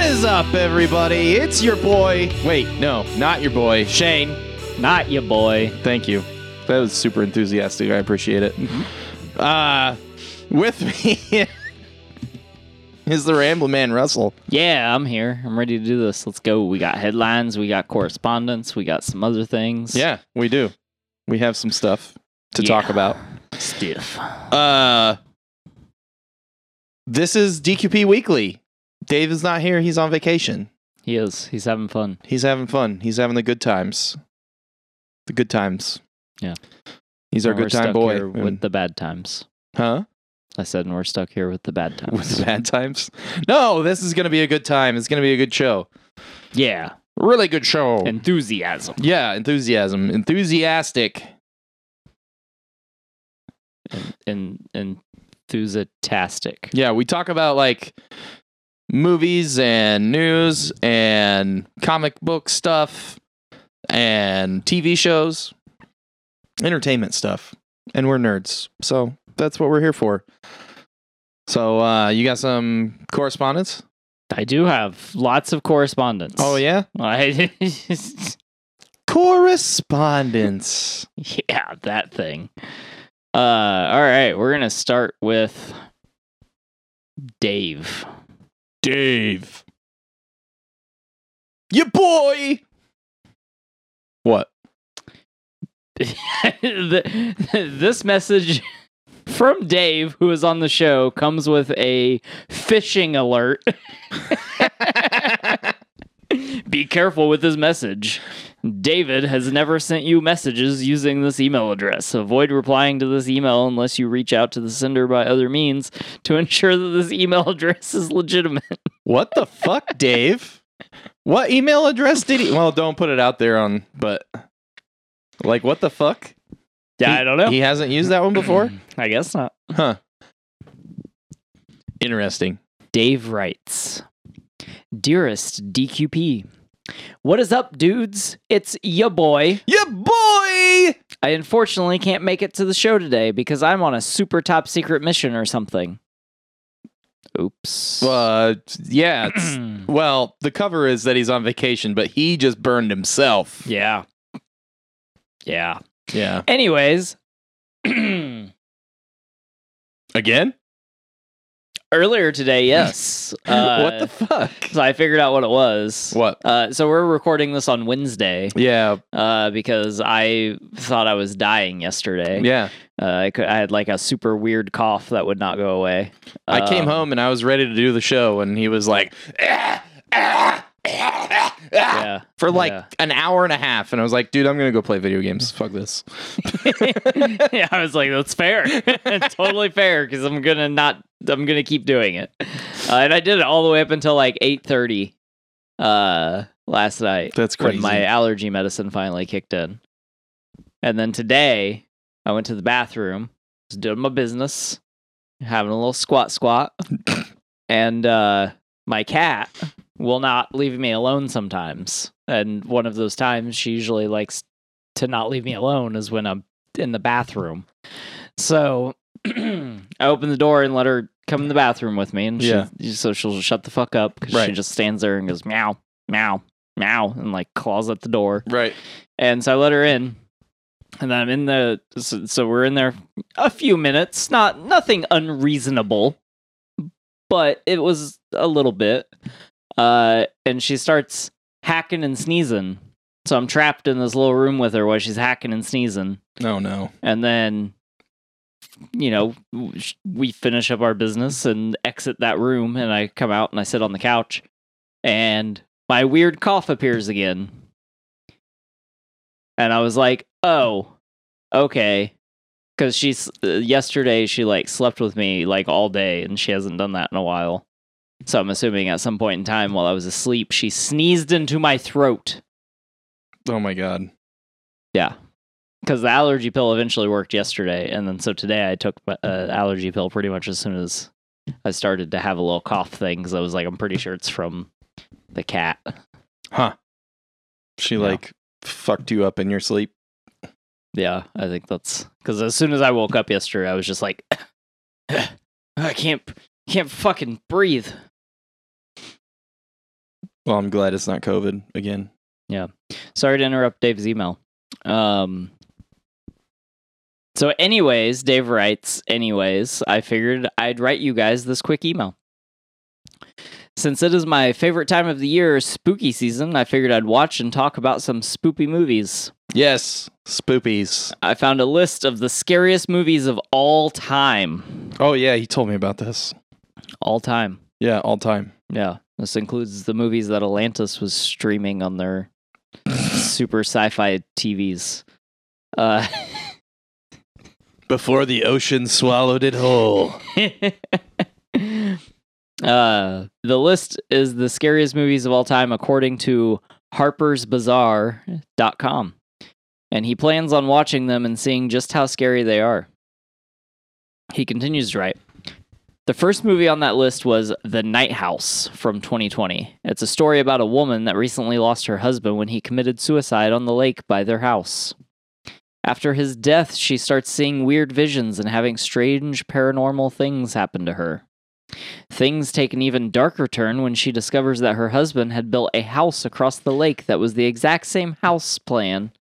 is up, everybody? It's your boy. Wait, no, not your boy, Shane. Not your boy. Thank you. That was super enthusiastic. I appreciate it. Uh, with me is the Rambling Man, Russell. Yeah, I'm here. I'm ready to do this. Let's go. We got headlines. We got correspondence. We got some other things. Yeah, we do. We have some stuff to talk Yeah. about. Stiff. Uh, this is DQP Weekly. Dave is not here. He's on vacation. He is. He's having fun. He's having fun. He's having the good times. The good times. Yeah. He's our And we're good time stuck boy. Mm. here with the bad times. huh? I said, and we're stuck here with the bad With times. the bad times? No, this is going to be a good time. It's going to be a good show. yeah. Really good show. Enthusiasm. yeah, enthusiasm. Enthusiastic. And enthusiastic. Yeah, we talk about like movies and news and comic book stuff and TV shows, entertainment stuff. And we're nerds. So that's what we're here for. So uh you got some correspondence? I do have lots of correspondence. Oh yeah? I, Correspondence. yeah, that thing. Uh, all right. We're going to start with Dave. Dave. Your boy. What? the, this message from Dave, who is on the show, comes with a phishing alert. Be careful with his message. David has never sent you messages using this email address. Avoid replying to this email unless you reach out to the sender by other means to ensure that this email address is legitimate. What the fuck, Dave? What email address did he? Well, don't put it out there on, but like, what the fuck? Yeah, I don't know. He hasn't used that one before? I guess not. Huh. Interesting. Dave writes Dearest DQP, what is up, dudes? It's ya boy. Yeah, boy! I unfortunately can't make it to the show today because I'm on a super top secret mission or something. Oops. Uh, yeah. it's- well, the cover is that he's on vacation, but he just burned himself. yeah. Yeah. Yeah. Anyways, earlier Again? today, yes. Uh, what the fuck? so I figured out what it was. What? Uh, so we're recording this on Wednesday Yeah. uh, because I thought I was dying yesterday. Yeah. Uh, I, could, I had like a super weird cough that would not go away. I came Um, home and I was ready to do the show, and he was like, "Ah, ah, ah, ah," Yeah. for like yeah. an hour and a half. And I was like, dude, I'm going to go play video games. Fuck this. yeah, I was like, that's fair. totally fair because I'm gonna not. I'm gonna keep doing it, uh, and I did it all the way up until like 8:30 uh, last night That's when my allergy medicine finally kicked in. And then today, I went to the bathroom, was doing my business, having a little squat squat, and uh, my cat will not leave me alone sometimes. And one of those times, she usually likes to not leave me alone is when I'm in the bathroom. So I open the door and let her come in the bathroom with me, and she, Yeah. so she'll shut the fuck up because she Right. just stands there and goes meow, meow, meow, and like claws at the door. Right. And so I let her in, and then I'm in the so, so we're in there a few minutes, not nothing unreasonable, but it was a little bit. Uh, and she starts hacking and sneezing. So I'm trapped in this little room with her while she's hacking and sneezing Oh, no. and then you know sh- we finish up our business and exit that room and i come out and i sit on the couch and my weird cough appears again and i was like oh okay because she's uh, yesterday she like slept with me like all day and she hasn't done that in a while so i'm assuming at some point in time while i was asleep she sneezed into my throat Oh, my God. yeah. Because the allergy pill eventually worked yesterday. And then so today I took an allergy pill pretty much as soon as I started to have a little cough thing. Because I was like, I'm pretty sure it's from the cat. Huh. She Yeah. like fucked you up in your sleep. Yeah. I think that's because as soon as I woke up yesterday, I was just like, I can't, can't fucking breathe. Well, I'm glad it's not COVID again. Sorry to interrupt Dave's email. Um, so, anyways, Dave writes, anyways, I figured I'd write you guys this quick email. Since it is my favorite time of the year, spooky season, I figured I'd watch and talk about some spoopy movies. Yes, spoopies. I found a list of the scariest movies of all time. Oh yeah, he told me about this. All time. Yeah, all time. Yeah. This includes the movies that Atlantis was streaming on their super sci fi TVs. Uh, Before the ocean swallowed it whole. uh, the list is the scariest movies of all time, according to harpersbazaar.com. And he plans on watching them and seeing just how scary they are. He continues to write The first movie on that list was The Night House from 2020. It's a story about a woman that recently lost her husband when he committed suicide on the lake by their house. After his death, she starts seeing weird visions and having strange paranormal things happen to her. Things take an even darker turn when she discovers that her husband had built a house across the lake that was the exact same house plan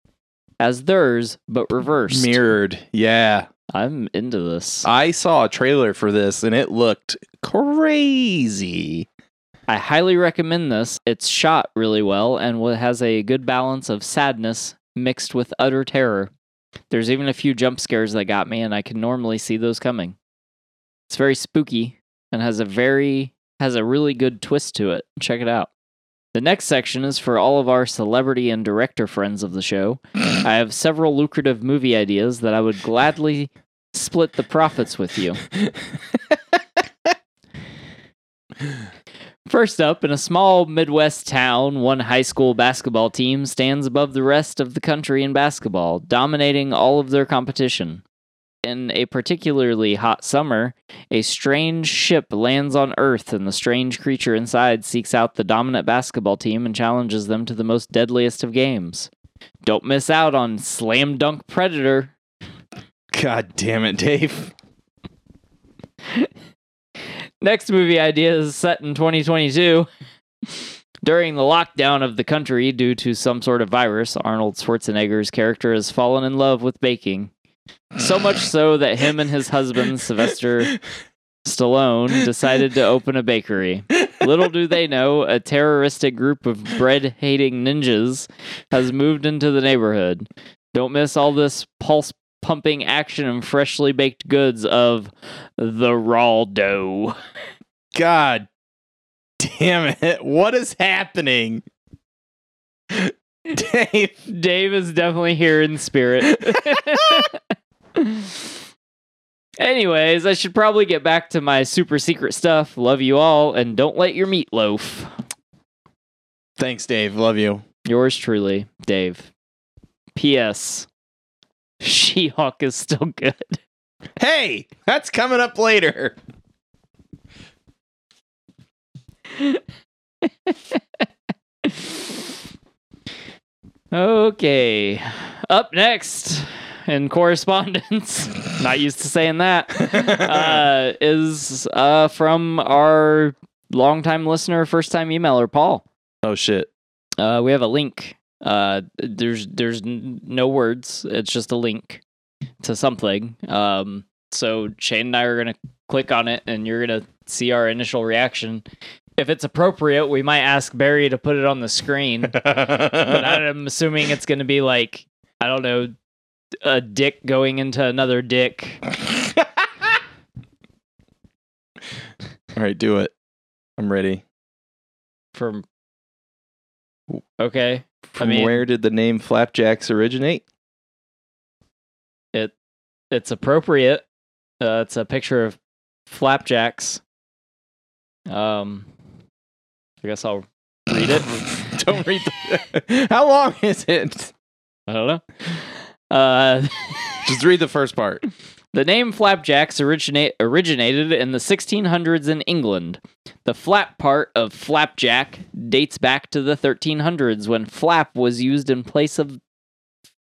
as theirs, but reversed. Mirrored. Yeah. I'm into this. I saw a trailer for this and it looked crazy. I highly recommend this. It's shot really well and wa- has a good balance of sadness mixed with utter terror. There's even a few jump scares that got me, and I can normally see those coming. It's very spooky and has a very has a really good twist to it. Check it out. The next section is for all of our celebrity and director friends of the show. I have several lucrative movie ideas that I would gladly split the profits with you. First up, in a small Midwest town, one high school basketball team stands above the rest of the country in basketball, dominating all of their competition. In a particularly hot summer, a strange ship lands on Earth, and the strange creature inside seeks out the dominant basketball team and challenges them to the most deadliest of games. Don't miss out on Slam Dunk Predator, God damn it, Dave. Next movie idea is set in 2022. During the lockdown of the country due to some sort of virus, Arnold Schwarzenegger's character has fallen in love with baking. So much so that him and his husband, Sylvester Stallone, decided to open a bakery. Little do they know, a terroristic group of bread hating ninjas has moved into the neighborhood. Don't miss all this pulse pumping action and freshly baked goods of the raw dough. God damn it. What is happening? Dave. Dave is definitely here in spirit. Anyways, I should probably get back to my super secret stuff. Love you all, and don't let your meat loaf. Thanks, Dave. Love you. Yours truly, Dave. P.S. She Hawk is still good. Hey, that's coming up later. Okay. Up next in correspondence, not used to saying that, uh, is uh, from our longtime listener, first time emailer, Paul. oh, shit. Uh, we have a link. Uh, there's there's n- no words. It's just a link to something. Um, so Shane and I are gonna click on it, and you're gonna see our initial reaction. If it's appropriate, we might ask Barry to put it on the screen. but I'm assuming it's gonna be like I don't know, a dick going into another dick. All right, do it. I'm ready. From okay, From mean- where did the name Flapjacks originate? it's appropriate. Uh, it's a picture of flapjacks. Um, I guess I'll read it. Don't read the. How long is it? I don't know. Uh, Just read the first part. the name flapjacks originate originated in the 1600s in England. The flap part of flapjack dates back to the 1300s when flap was used in place of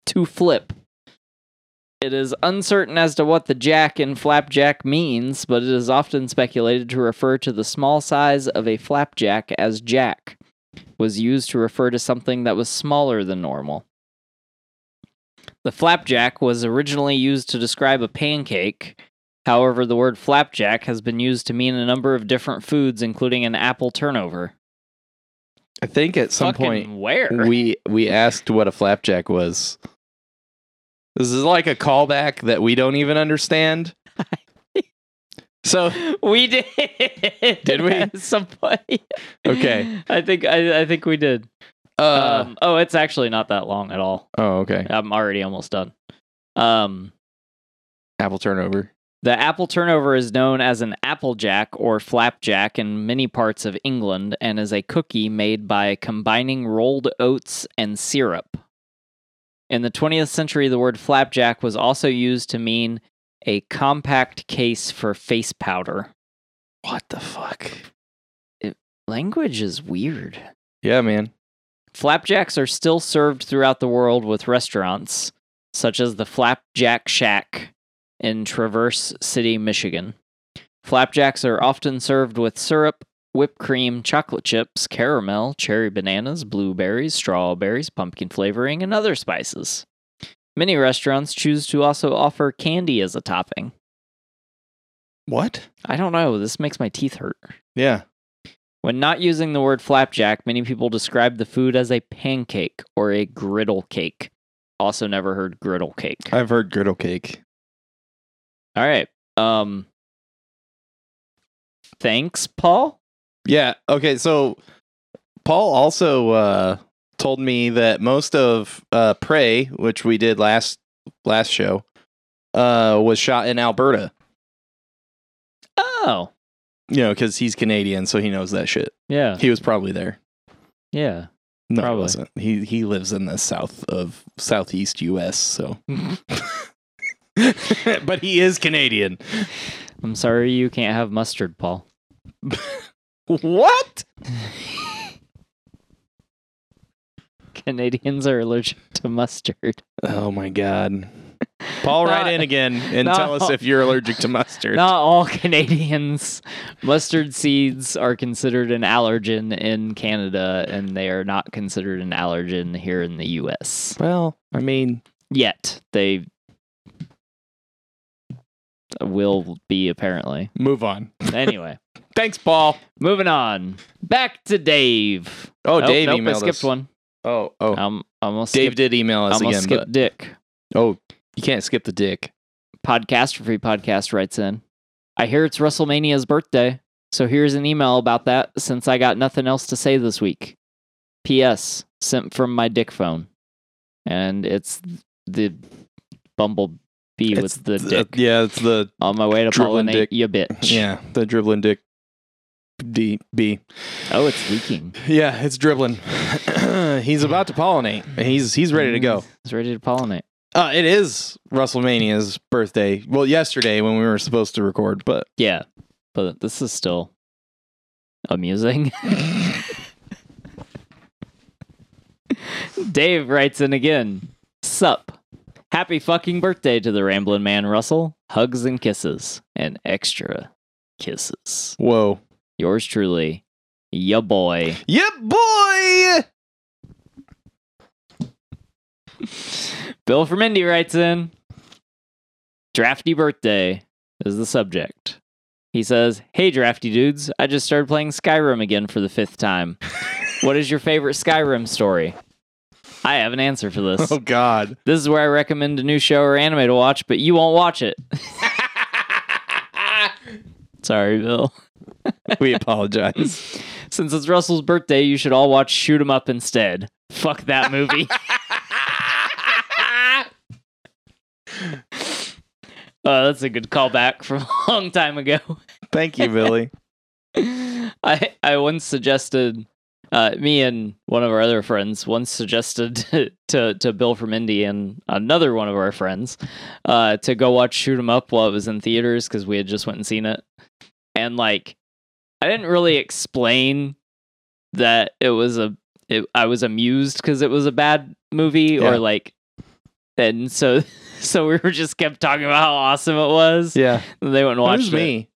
to flip. It is uncertain as to what the jack in flapjack means, but it is often speculated to refer to the small size of a flapjack as jack. was used to refer to something that was smaller than normal. The flapjack was originally used to describe a pancake. However, the word flapjack has been used to mean a number of different foods, including an apple turnover. I think at some Fucking point where? we we asked what a flapjack was. This is like a callback that we don't even understand. so We did. Did we? At some point. Okay. I think I, I think we did. uh, um, oh, it's actually not that long at all. oh okay. I'm already almost done. Um, Apple turnover. the apple turnover is known as an applejack or flapjack in many parts of England and is a cookie made by combining rolled oats and syrup. In the 20th century, the word flapjack was also used to mean a compact case for face powder. What the fuck? Language is weird. Yeah, man. Flapjacks are still served throughout the world with restaurants, such as the Flapjack Shack in Traverse City, Michigan. Flapjacks are often served with syrup, whipped cream, chocolate chips, caramel, cherry bananas, blueberries, strawberries, pumpkin flavoring, and other spices. Many restaurants choose to also offer candy as a topping. What? I don't know, this makes my teeth hurt. Yeah. When not using the word flapjack, many people describe the food as a pancake or a griddle cake. Also never heard griddle cake. I've heard griddle cake. All right. Um Thanks, Paul. Yeah. Okay. So Paul also uh, told me that most of uh, Prey, which we did last last show, uh, was shot in Alberta. Oh. You know, because he's Canadian, so he knows that shit. Yeah. He was probably there. Yeah. No, Probably. he wasn't. He he lives in the south of southeast U.S. So, but he is Canadian. I'm sorry you can't have mustard, Paul. What? Canadians are allergic to mustard. Oh my God. Paul, Not- write in again and not tell us all- if you're allergic to mustard. Not all Canadians. Mustard seeds are considered an allergen in Canada and they are not considered an allergen here in the US. Well, I mean, yet they will be apparently move on. anyway Thanks, Paul. moving on back to dave Oh, Nope, Dave nope, emailed i skipped us. one Oh, oh. i'm almost Dave skipped, did email us almost again. skipped dick But, oh, you can't skip the dick. podcast free podcast writes in i hear it's wrestlemania's birthday so here's an email about that since i got nothing else to say this week ps sent from my dick phone and it's the bumblebee It's with the dick yeah, it's the on my way to Dribbling pollinate dick. you bitch. yeah the dribbling dick. D B. Oh, it's leaking. Yeah, it's dribbling. he's about to pollinate. He's he's ready to go. Mm. It's ready to pollinate. Uh, it is WrestleMania's birthday. Well, yesterday when we were supposed to record, but Yeah, but this is still amusing. Dave writes in again. Sup. Happy fucking birthday to the Ramblin' Man Russell. Hugs and kisses. And extra kisses. whoa, Yours truly, ya boy. yep, boy. Bill from Indy writes in Drafty birthday is the subject. He says, Hey, drafty dudes, I just started playing Skyrim again for the fifth time. what is your favorite Skyrim story? I have an answer for this. Oh God. This is where I recommend a new show or anime to watch, but you won't watch it. Sorry, Bill. we apologize. Since it's Russell's birthday, you should all watch Shoot 'em Up instead. Fuck that movie. Uh, that's a good callback from a long time ago. Thank you, Billy. I I once suggested uh, me and one of our other friends once suggested to to, Bill from Indy and another one of our friends uh, to go watch Shoot 'Em Up while it was in theaters because we had just went and seen it. And like, I didn't really explain that it was a it, I was amused because it was a bad movie Yeah. or like, and so so we were just kept talking about how awesome it was. Yeah, And they went and it watched was it. me.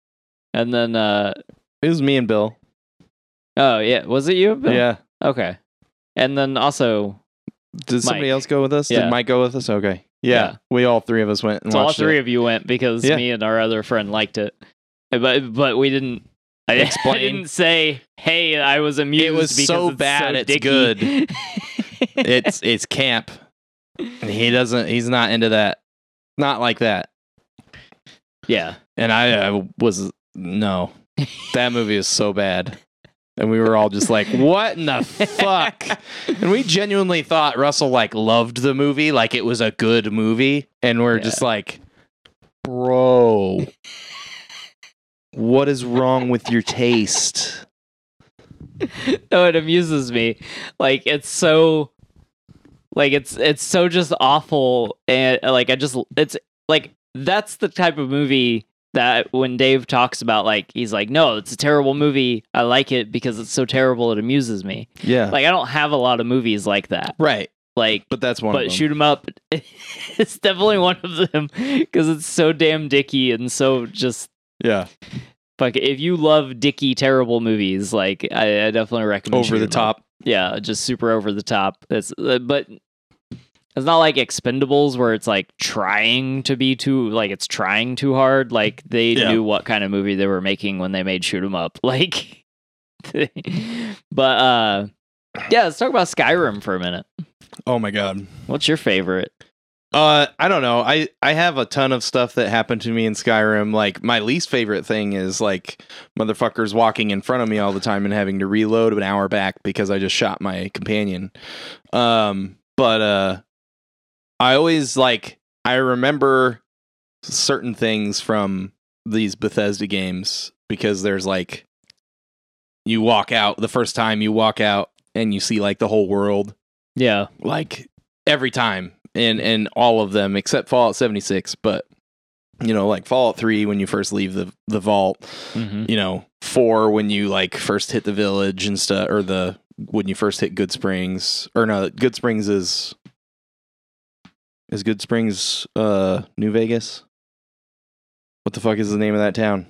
And then, uh, It was me and Bill. oh yeah, was it you? Bill? Yeah, Okay. And then also, Did somebody Mike. else go with us? Yeah. Did Mike go with us? Okay. Yeah. Yeah. We all three of us went and so all watched three it. of you went because Yeah. me and our other friend liked it, Uh, but but we didn't. I, I Explain. didn't say, "Hey, I was amused." was because so it's bad, it's dicky." good. It's it's camp. And he doesn't he's not into that. Not like that. yeah. And I, I was no. That movie is so bad. And we were all just like, "What in the fuck?" And we genuinely thought Russell like loved the movie, like it was a good movie, and we're just like, "Bro, what is wrong with your taste?" no, it amuses me. Like it's so, like it's it's so just awful, and like I just it's like that's the type of movie that when Dave talks about like he's like, no, it's a terrible movie. I like it because it's so terrible it amuses me. Yeah, Like I don't have a lot of movies like that. right. Like. But that's one. But of them. shoot 'em up. it's definitely one of them because it's so damn dicky and so just yeah, fuck. If you love dicky terrible movies, like I, I definitely recommend over Shoot the 'em Up top. yeah, just super over the top. It's uh, but it's not like Expendables where it's like trying to be too like it's trying too hard. Like they Yeah. knew what kind of movie they were making when they made Shoot 'Em Up. Like, but uh, yeah, let's talk about Skyrim for a minute. Oh my god. What's your favorite? Uh, I don't know. I I have a ton of stuff that happened to me in Skyrim. Like my least favorite thing is like motherfuckers walking in front of me all the time and having to reload an hour back because I just shot my companion. Um, but uh, I always like I remember certain things from these Bethesda games because there's like you walk out the first time you walk out and you see like the whole world Yeah, like every time in in all of them except Fallout 76 but you know like Fallout 3 when you first leave the the vault hmm you know 4 when you like first hit the village and stuff or the when you first hit Good Springs or no Good Springs is is Good Springs uh New Vegas what the fuck is the name of that town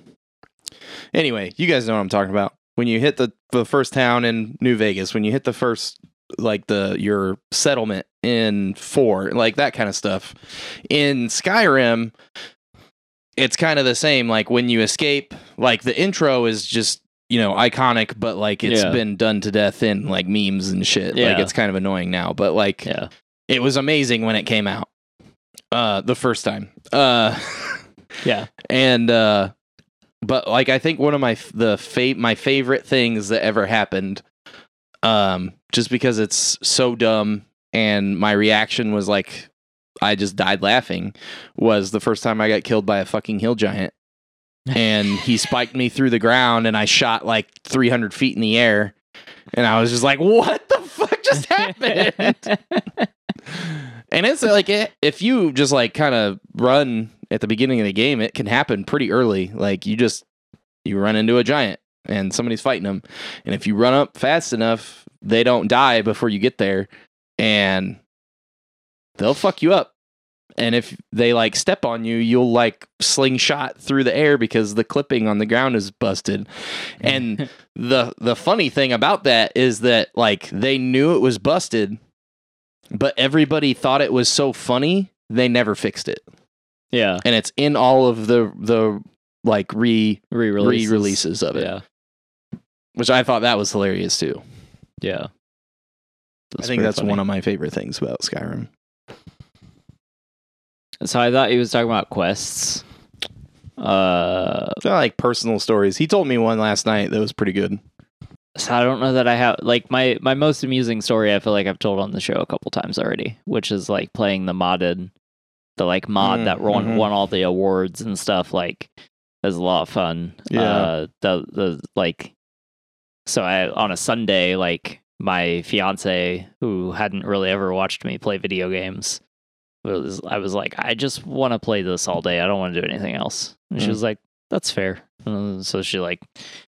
anyway you guys know what I'm talking about when you hit the the first town in New Vegas when you hit the first like the your settlement in four, like that kind of stuff. In Skyrim, it's kind of the same. Like when you escape, like the intro is just you know iconic, but like it's Yeah. been done to death in like memes and shit. Like Yeah. it's kind of annoying now, but like yeah, it was amazing when it came out. Uh, the first time. Uh. yeah. and uh but like i think one of my f- the fa- my favorite things that ever happened um just because it's so dumb and my reaction was like i just died laughing was the first time i got killed by a fucking hill giant and he spiked me through the ground and i shot like 300 feet in the air and i was just like what the fuck just happened and it's like it, if you just like kind of run at the beginning of the game, it can happen pretty early. Like you just you run into a giant and somebody's fighting them, and if you run up fast enough, they don't die before you get there, and they'll fuck you up. And if they like step on you, you'll like slingshot through the air because the clipping on the ground is busted. And the the funny thing about that is that like they knew it was busted but everybody thought it was so funny they never fixed it yeah, and it's in all of the the like re re-releases. re-releases of it Yeah, which i thought that was hilarious too yeah. i think that's one of my favorite things about skyrim So I thought he was talking about quests. Uh. I like personal stories he told me one last night that was pretty good So I don't know that I have like my my most amusing story. I feel like I've told on the show a couple times already, which is like playing the modded, the like mod Mm, that won mhm. won all the awards and stuff. Like, is a lot of fun. Yeah. Uh, the the like, so I on a Sunday like my fiance who hadn't really ever watched me play video games was I was like, I just want to play this all day. I don't want to do anything else. And she Mm. was like, That's fair. And so she like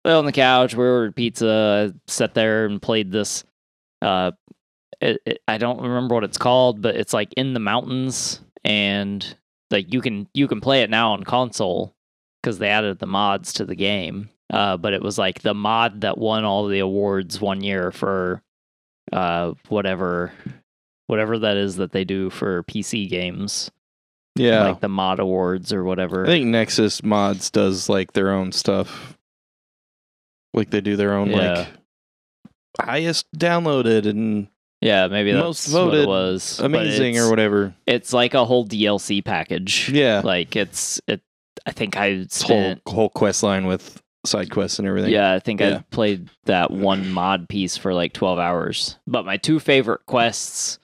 lay on the couch. We ordered pizza. I sat there and played this. Uh, it, it, I don't remember what it's called, but it's like in the mountains, and like you can you can play it now on console because they added the mods to the game. Uh, but it was like the mod that won all the awards one year for uh, whatever, whatever that is that they do for PC games, Yeah. like the mod awards or whatever. I think Nexus Mods does like their own stuff. Like they do their own like Yeah. highest downloaded and yeah, maybe that's most what voted it was. but amazing it's- or whatever. It's like a whole DLC package. Yeah. like it's it. I think I It's whole spent. whole quest line with side quests and everything. Yeah, I think Yeah. I played that one mod piece for like 12 hours. But my two favorite quests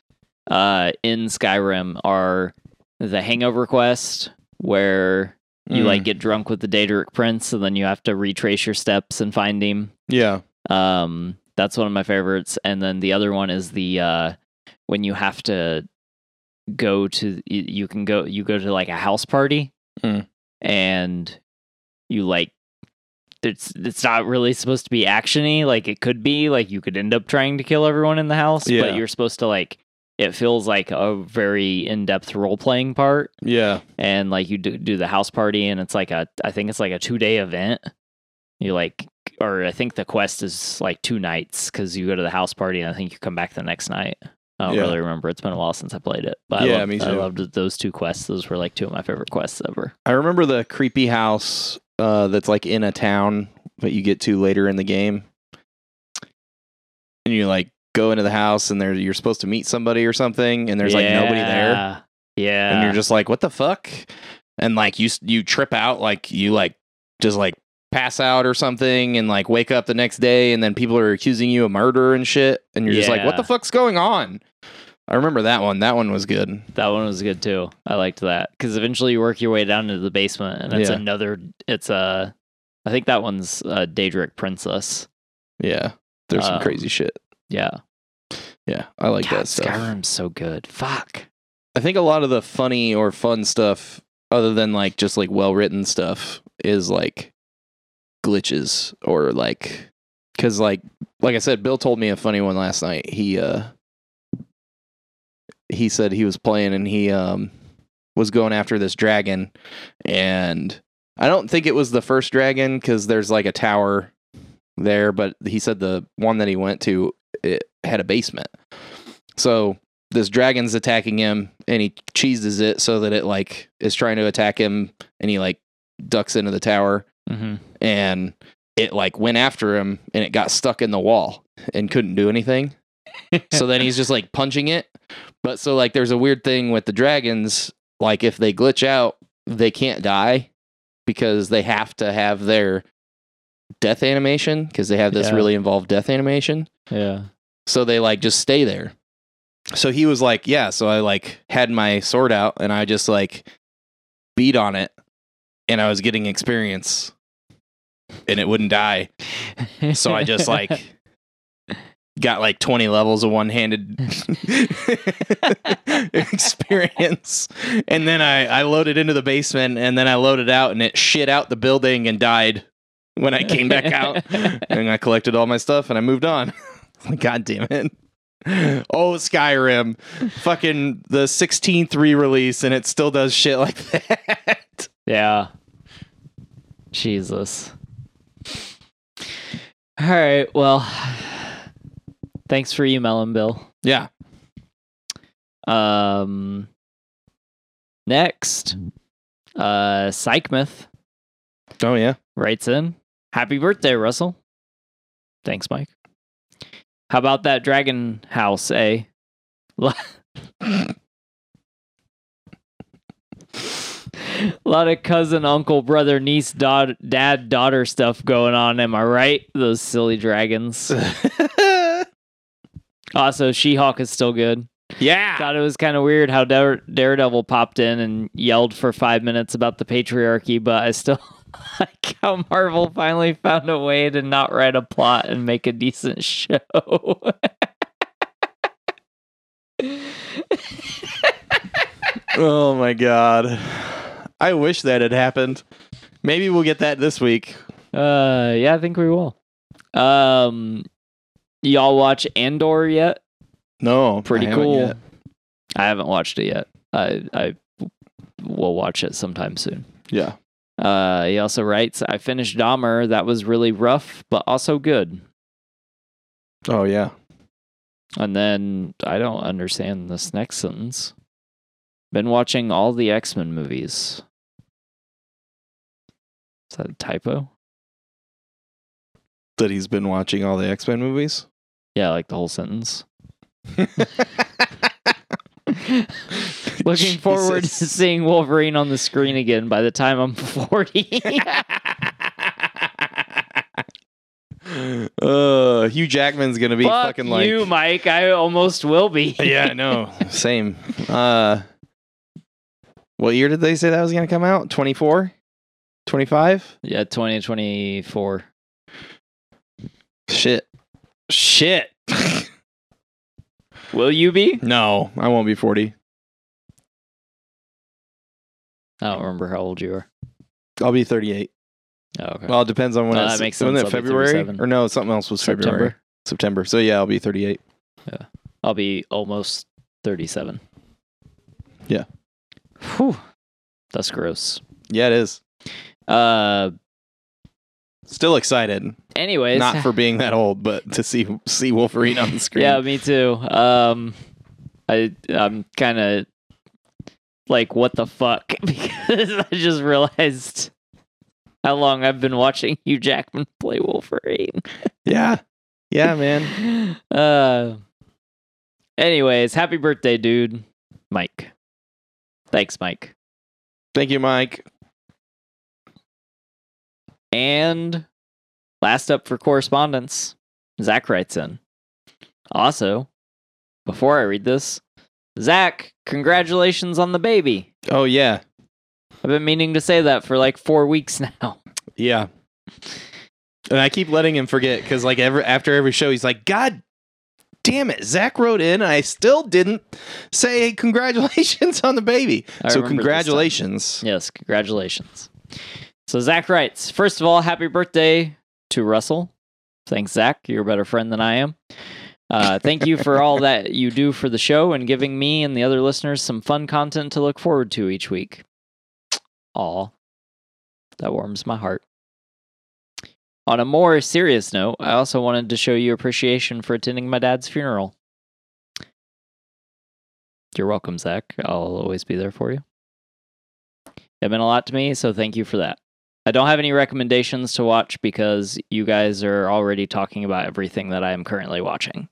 uh, in Skyrim are the hangover quest, where you Mm. like get drunk with the Daedric Prince and then you have to retrace your steps and find him. Yeah. Um, that's one of my favorites. And then the other one is the uh, when you have to go to y- you can go you go to like a house party Mm. and you like it's it's not really supposed to be actiony like it could be like you could end up trying to kill everyone in the house Yeah. but you're supposed to like it feels like a very in-depth role-playing part Yeah. and like you do, do the house party and it's like a i think it's like a two day event you like or i think the quest is like two nights because you go to the house party and i think you come back the next night i don't Yeah. really remember it's been a while since i played it but Yeah, I, loved, me I too. loved those two quests those were like two of my favorite quests ever I remember the creepy house uh, that's like in a town that you get to later in the game. And you like go into the house and there you're supposed to meet somebody or something and there's like nobody there. Yeah. yeah and you're just like, "What the fuck?" And like you you trip out, like you like just like pass out or something, and like wake up the next day, and then people are accusing you of murder and shit, and you're just like, "What Yeah. the fuck's going on?" I remember that one. That one was good. that one was good too i liked that because eventually you work your way down to the basement and it's Yeah. another it's a i think that one's uh daedric princess Yeah, there's some Um, crazy shit. yeah Yeah, I like God, that stuff. Skyrim's so good. Fuck. I think a lot of the funny or fun stuff, other than like just like well written stuff, is like glitches or like because like like I said, Bill told me a funny one last night. He uh he said he was playing and he um was going after this dragon and I don't think it was the first dragon because there's like a tower there, but he said the one that he went to it had a basement. So this dragon's attacking him and he cheeses it so that it like is trying to attack him and he like ducks into the tower Mm-hmm. and it like went after him and it got stuck in the wall and couldn't do anything. so then he's just like punching it. But so like there's a weird thing with the dragons like if they glitch out, they can't die because they have to have their death animation because they have this Yeah. really involved death animation. Yeah. So they like just stay there. So he was like, yeah. So I like had my sword out and I just like beat on it and I was getting experience and it wouldn't die. So I just like got like 20 levels of one handed experience. And then I, I loaded into the basement and then I loaded out and it shit out the building and died when I came back out. and I collected all my stuff and I moved on. God damn it. Oh, Skyrim. Fucking the 16th re release and it still does shit like that. Yeah. Jesus. All right. Well, thanks for emailing, Bill. Yeah. Um. Next, uh, Psychmith Oh, yeah. writes in, "Happy birthday, Russell." Thanks, Mike. How about that dragon house, eh? A lot of cousin, uncle, brother, niece, daugh- dad, daughter stuff going on. Am I right? Those silly dragons. Also, She Hawk is still good. yeah. Thought it was kind of weird how Dare- Daredevil popped in and yelled for five minutes about the patriarchy, but I still like how Marvel finally found a way to not write a plot and make a decent show. Oh, my God. I wish that had happened. Maybe we'll get that this week. Uh, yeah, I think we will. Um, y'all watch Andor yet? No. Pretty I haven't cool. yet. I haven't watched it yet. I I will watch it sometime soon. Yeah. Uh, he also writes, "I finished Dahmer. That was really rough, but also good. Oh, yeah. And then I don't understand this next sentence. Been watching all the X Men movies. Is that a typo? That he's been watching all the X Men movies. Yeah, like the whole sentence. Looking forward to Jesus. seeing Wolverine on the screen again by the time I'm 40. uh, Hugh Jackman's gonna be Fuck fucking like you, Mike. I almost will be. yeah, I know. Same. Uh, what year did they say that was going to come out? 24? 25? Yeah, 2024. Shit. Shit. Will you be? no, I won't be 40. I don't remember how old you are. I'll be 38. Oh, okay. Well, it depends on when No, it's, that makes wasn't sense. it I'll be February 37. or no, something else was February. September. September. So yeah, I'll be 38. I'll be almost 37. Yeah. Whew. That's gross. Yeah, it is. Uh, Still excited. anyways. Not for being that old, but to see see Wolverine on the screen. Yeah, me too. Um, I I'm kind of like, what the fuck? Because I just realized how long I've been watching Hugh Jackman play Wolverine. Yeah. Yeah, man. Uh, anyways, happy birthday, dude, Mike. Thanks, Mike. Thank you, Mike. And last up for correspondence, Zach writes in. Also, before I read this, Zach, congratulations on the baby. Oh yeah. I've been meaning to say that for like four weeks now. Yeah. And I keep letting him forget because, like, every after every show, he's like, "God damn it, Zach wrote in, and I still didn't say congratulations on the baby." I so remember this time. congratulations. Yes, congratulations. So Zach writes, first of all, happy birthday to Russell. Thanks, Zach. You're a better friend than I am. Uh, thank you for all that you do for the show and giving me and the other listeners some fun content to look forward to each week. Aw. That warms my heart. On a more serious note, I also wanted to show you appreciation for attending my dad's funeral. You're welcome, Zach. I'll always be there for you. It meant a lot to me, so thank you for that. I don't have any recommendations to watch because you guys are already talking about everything that I am currently watching.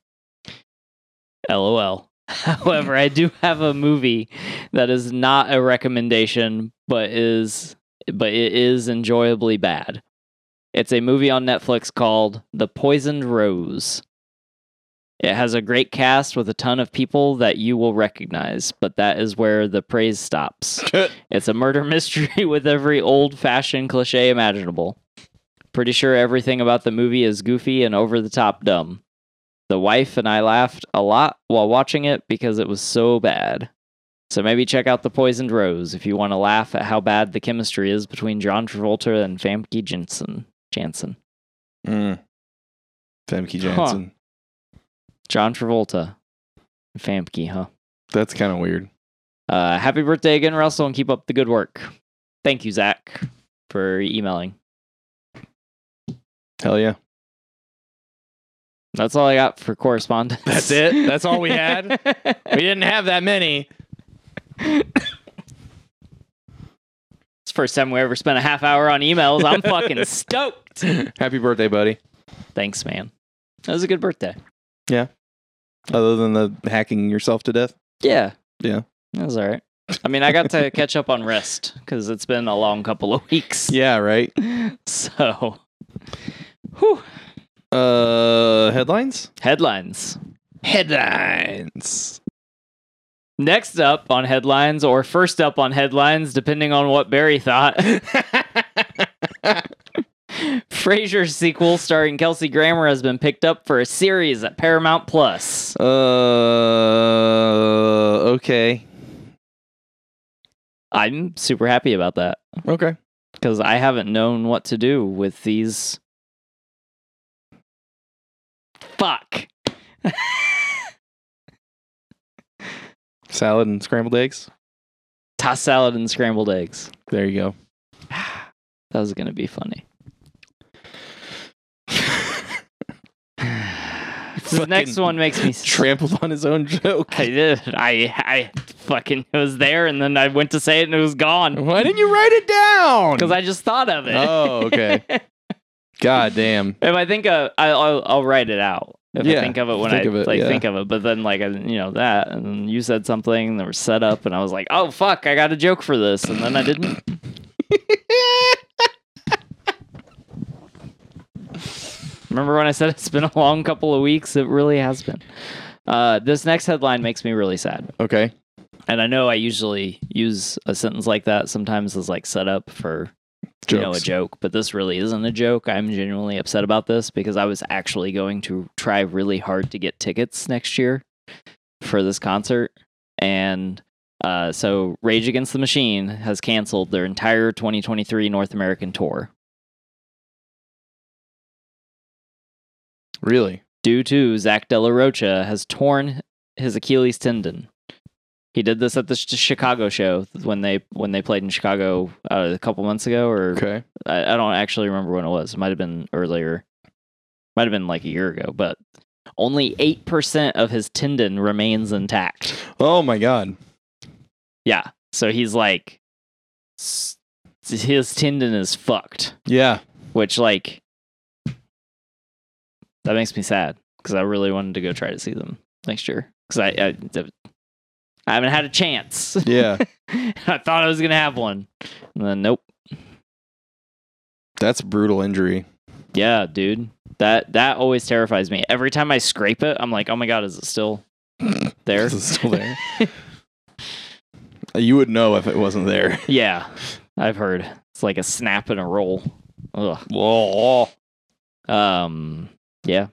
LOL. However, I do have a movie that is not a recommendation, but is but it is enjoyably bad. It's a movie on Netflix called The Poisoned Rose. It has a great cast with a ton of people that you will recognize, but that is where the praise stops. It's a murder mystery with every old fashioned cliche imaginable. Pretty sure everything about the movie is goofy and over the top dumb. The wife and I laughed a lot while watching it because it was so bad. So maybe check out The Poisoned Rose if you want to laugh at how bad the chemistry is between John Travolta and Famke Janssen. Janssen. Mm. Femke Huh. Jansen. John Travolta. Famke, huh? That's kind of weird. Uh, happy birthday again, Russell, and keep up the good work. Thank you, Zach, for emailing. Hell yeah. That's all I got for correspondence. That's it? That's all we had? We didn't have that many. it's the first time we ever spent a half hour on emails. I'm fucking stoked. Happy birthday, buddy. Thanks, man. That was a good birthday. Other than the hacking yourself to death. Yeah. Yeah. That was all right. I mean, I got to catch up on rest because it's been a long couple of weeks. Yeah. Right. So, whew. Uh, headlines. headlines. Headlines. Next up on headlines, or first up on headlines, depending on what Barry thought. Frasier's sequel starring Kelsey Grammer has been picked up for a series at Paramount Plus. Uh, okay. I'm super happy about that Okay. because I haven't known what to do with these. Fuck. Salad and scrambled eggs. Toss salad and scrambled eggs. There you go. That was going to be funny. This next Fucking one makes me. s- Trampled on his own joke. I did. I I fucking it was there, and then I went to say it, and it was gone Why didn't you write it down? because I just thought of it. Oh, okay. God damn. If I think of, I, I'll, I'll write it out. If Yeah, I think of it when think I of it, like yeah. think of it, but then like I, you know that, and then you said something, and there was set up, and I was like, oh fuck, I got a joke for this, and then I didn't. Remember when I said it's been a long couple of weeks? It really has been. Uh, this next headline makes me really sad, Okay. and I know I usually use a sentence like that sometimes as like setup for Jokes. you know a joke, but this really isn't a joke. I'm genuinely upset about this because I was actually going to try really hard to get tickets next year for this concert, and uh, so Rage Against the Machine has canceled their entire 2023 North American tour Really? due to Zach De La Rocha has torn his Achilles tendon. He did this at the sh- Chicago show when they when they played in Chicago uh, a couple months ago, or Okay. I, I don't actually remember when it was. It might have been earlier. Might have been like a year ago, but only 8% of his tendon remains intact. Oh my god. Yeah. So he's like, s- his tendon is fucked, Yeah. which, like, that makes me sad because I really wanted to go try to see them next year because I, I, I haven't had a chance. Yeah. I thought I was going to have one. And then, nope. That's a brutal injury. Yeah, dude. That that always terrifies me. Every time I scrape it, I'm like, oh my god, is it still there? Is it still there? you would know if it wasn't there. yeah, I've heard it's like a snap and a roll. Ugh. Oh. Um. Yeah.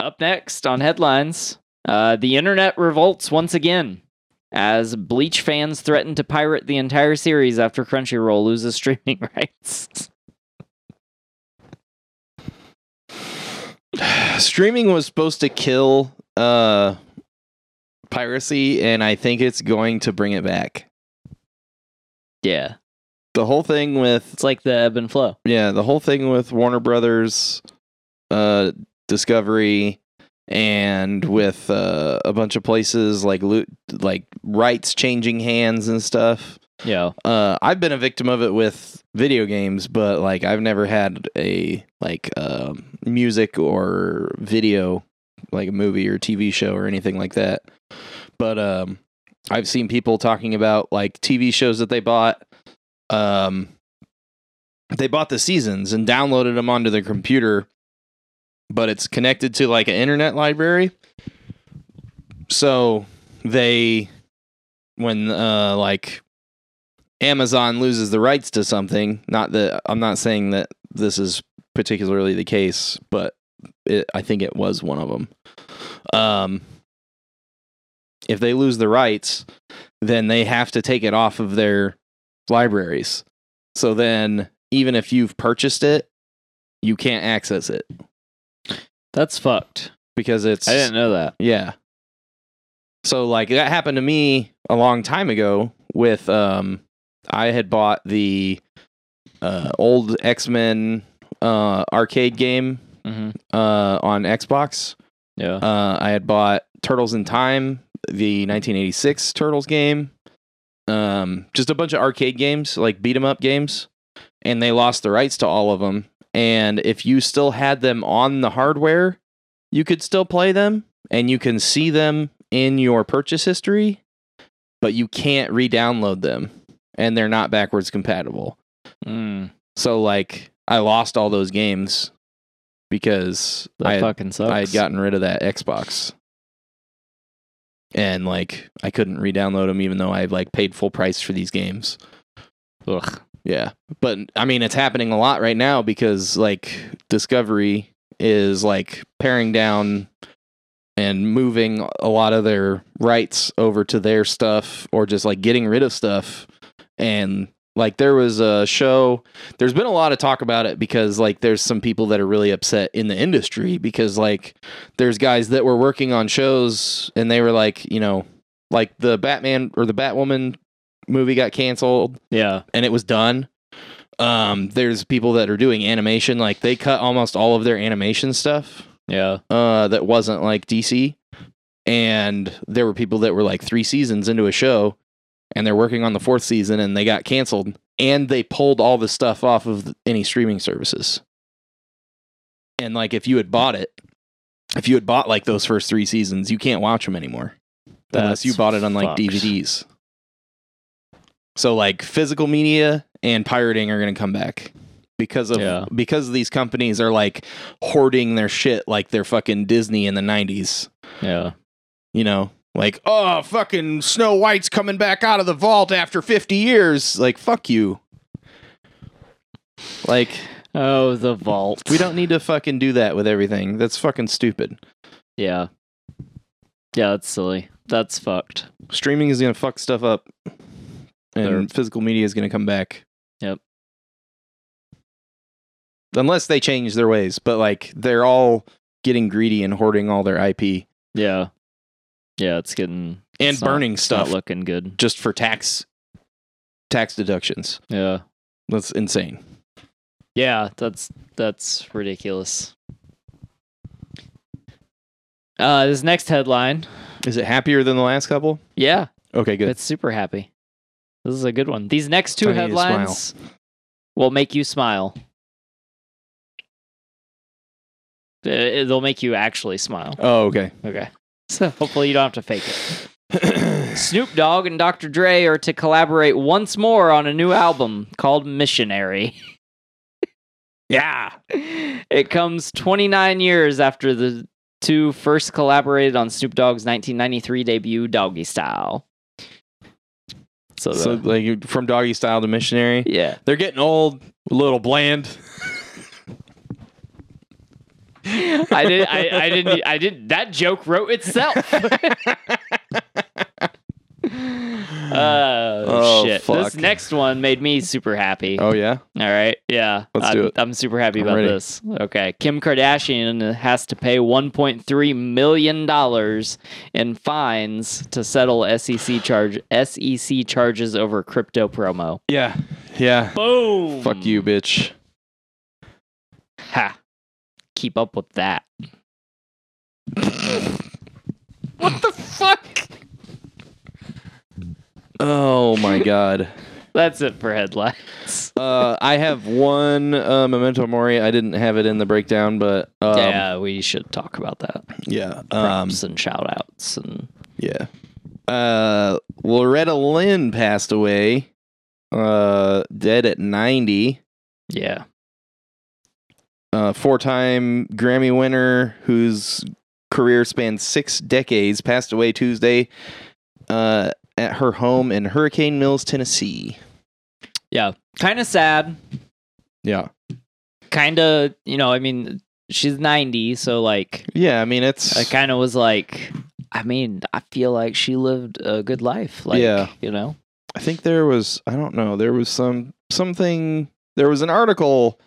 Up next on headlines, uh, the internet revolts once again as Bleach fans threaten to pirate the entire series after Crunchyroll loses streaming rights. Streaming was supposed to kill uh piracy and I think it's going to bring it back. yeah, The whole thing with it's like the ebb and flow. yeah, the whole thing with Warner Brothers, uh, Discovery, and with uh, a bunch of places like lo- like rights changing hands and stuff. Yeah. Uh, I've been a victim of it with video games, but like I've never had a like um, music or video, like a movie or TV show or anything like that. But um, I've seen people talking about like TV shows that they bought. Um, they bought the seasons and downloaded them onto their computer, but it's connected to like an internet library. So they, when uh, like Amazon loses the rights to something, not that I'm not saying that this is particularly the case, but it, I think it was one of them. Um, if they lose the rights, then they have to take it off of their libraries. So then, even if you've purchased it, you can't access it That's fucked. because it's I didn't know that. yeah. So like that happened to me a long time ago with um I had bought the uh old X-Men uh arcade game Mm-hmm. uh on Xbox. Yeah. Uh I had bought Turtles in Time, the 1986 Turtles game. Um just a bunch of arcade games, like beat 'em up games, and they lost the rights to all of them. And if you still had them on the hardware, you could still play them and you can see them in your purchase history, but you can't re-download them and they're not backwards compatible. Mm, So like I lost all those games because that I had fucking sucks. I had gotten rid of that Xbox. And like I couldn't re-download them even though I like paid full price for these games. Ugh. Yeah. But I mean it's happening a lot right now because like Discovery is like paring down and moving a lot of their rights over to their stuff or just like getting rid of stuff and like there was a show there's been a lot of talk about it because like there's some people that are really upset in the industry because like there's guys that were working on shows and they were like you know like the batman or the batwoman movie got canceled Yeah. and it was done. Um, there's people that are doing animation, like they cut almost all of their animation stuff Yeah. uh, that wasn't like DC. And there were people that were like three seasons into a show and they're working on the fourth season and they got canceled and they pulled all the stuff off of any streaming services. And like if you had bought it, if you had bought like those first three seasons, you can't watch them anymore unless That's you bought it on like fucked. DVDs. So like physical media and pirating are going to come back because of Yeah. because these companies are like hoarding their shit like they're fucking Disney in the 90s, Yeah. you know? Like, "Oh, fucking Snow White's coming back out of the vault after 50 years." Like, fuck you. Like, Oh, the vault. we don't need to fucking do that with everything. That's fucking stupid. Yeah. Yeah, that's silly. That's fucked. Streaming is going to fuck stuff up. And They're- physical media is going to come back. Yep. Unless they change their ways, but like they're all getting greedy and hoarding all their IP Yeah. Yeah, it's getting and it's not- burning it's stuff Not looking good. just for tax tax deductions. Yeah. That's insane. Yeah, that's that's ridiculous. Uh, this next headline. Is it happier than the last couple? Yeah, Okay, good. it's super happy. This is a good one. These next two I need to smile. headlines will make you smile. They- They'll Uh, make you actually smile. Oh, okay. Okay. So hopefully you don't have to fake it. Snoop Dogg and Dr. Dre are to collaborate once more on a new album called Missionary. yeah. It comes 29 years after the two first collaborated on Snoop Dogg's 1993 debut, Doggy Style. So, So the- like you- from doggy style to missionary. yeah, They're getting old, a little bland. I did. I, I didn't. I did. That joke wrote itself. Uh, Oh, Oh, shit! fuck. This next one made me super happy. Oh yeah. All right. Yeah. Let's I'm, do it. I'm super happy I'm about ready. this. Okay. Kim Kardashian has to pay $1.3 million in fines to settle SEC charge SEC charges over crypto promo. Yeah. Yeah. Boom. Fuck you, bitch. Ha. Keep up with that. what the fuck? Oh my god. That's it for headlines. Uh, I have one uh, memento mori. I didn't have it in the breakdown, but um, yeah, we should talk about that. yeah, um, Props and shout outs and yeah. Uh, Loretta Lynn passed away, uh, dead at ninety. yeah. Uh, four-time Grammy winner whose career spans six decades passed away Tuesday uh, at her home in Hurricane Mills, Tennessee. Kind of sad. Yeah, kind of, you know, I mean, she's 90, so like, yeah. I mean, it's I kind of was like, I mean, I feel like she lived a good life. Like, Yeah. you know, I think there was I don't know there was some something there was an article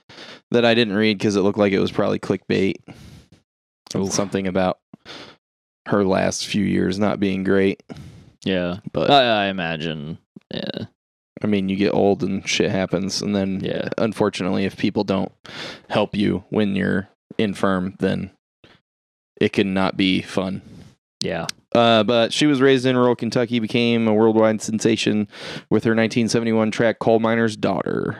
that I didn't read because it looked like it was probably clickbait. Oof. Something about her last few years not being great, yeah. but I, I imagine, yeah, I mean you get old and shit happens, and then yeah, unfortunately if people don't help you when you're infirm, then it can not be fun. yeah, Uh, but she was raised in rural Kentucky, became a worldwide sensation with her 1971 track "Coal Miner's Daughter."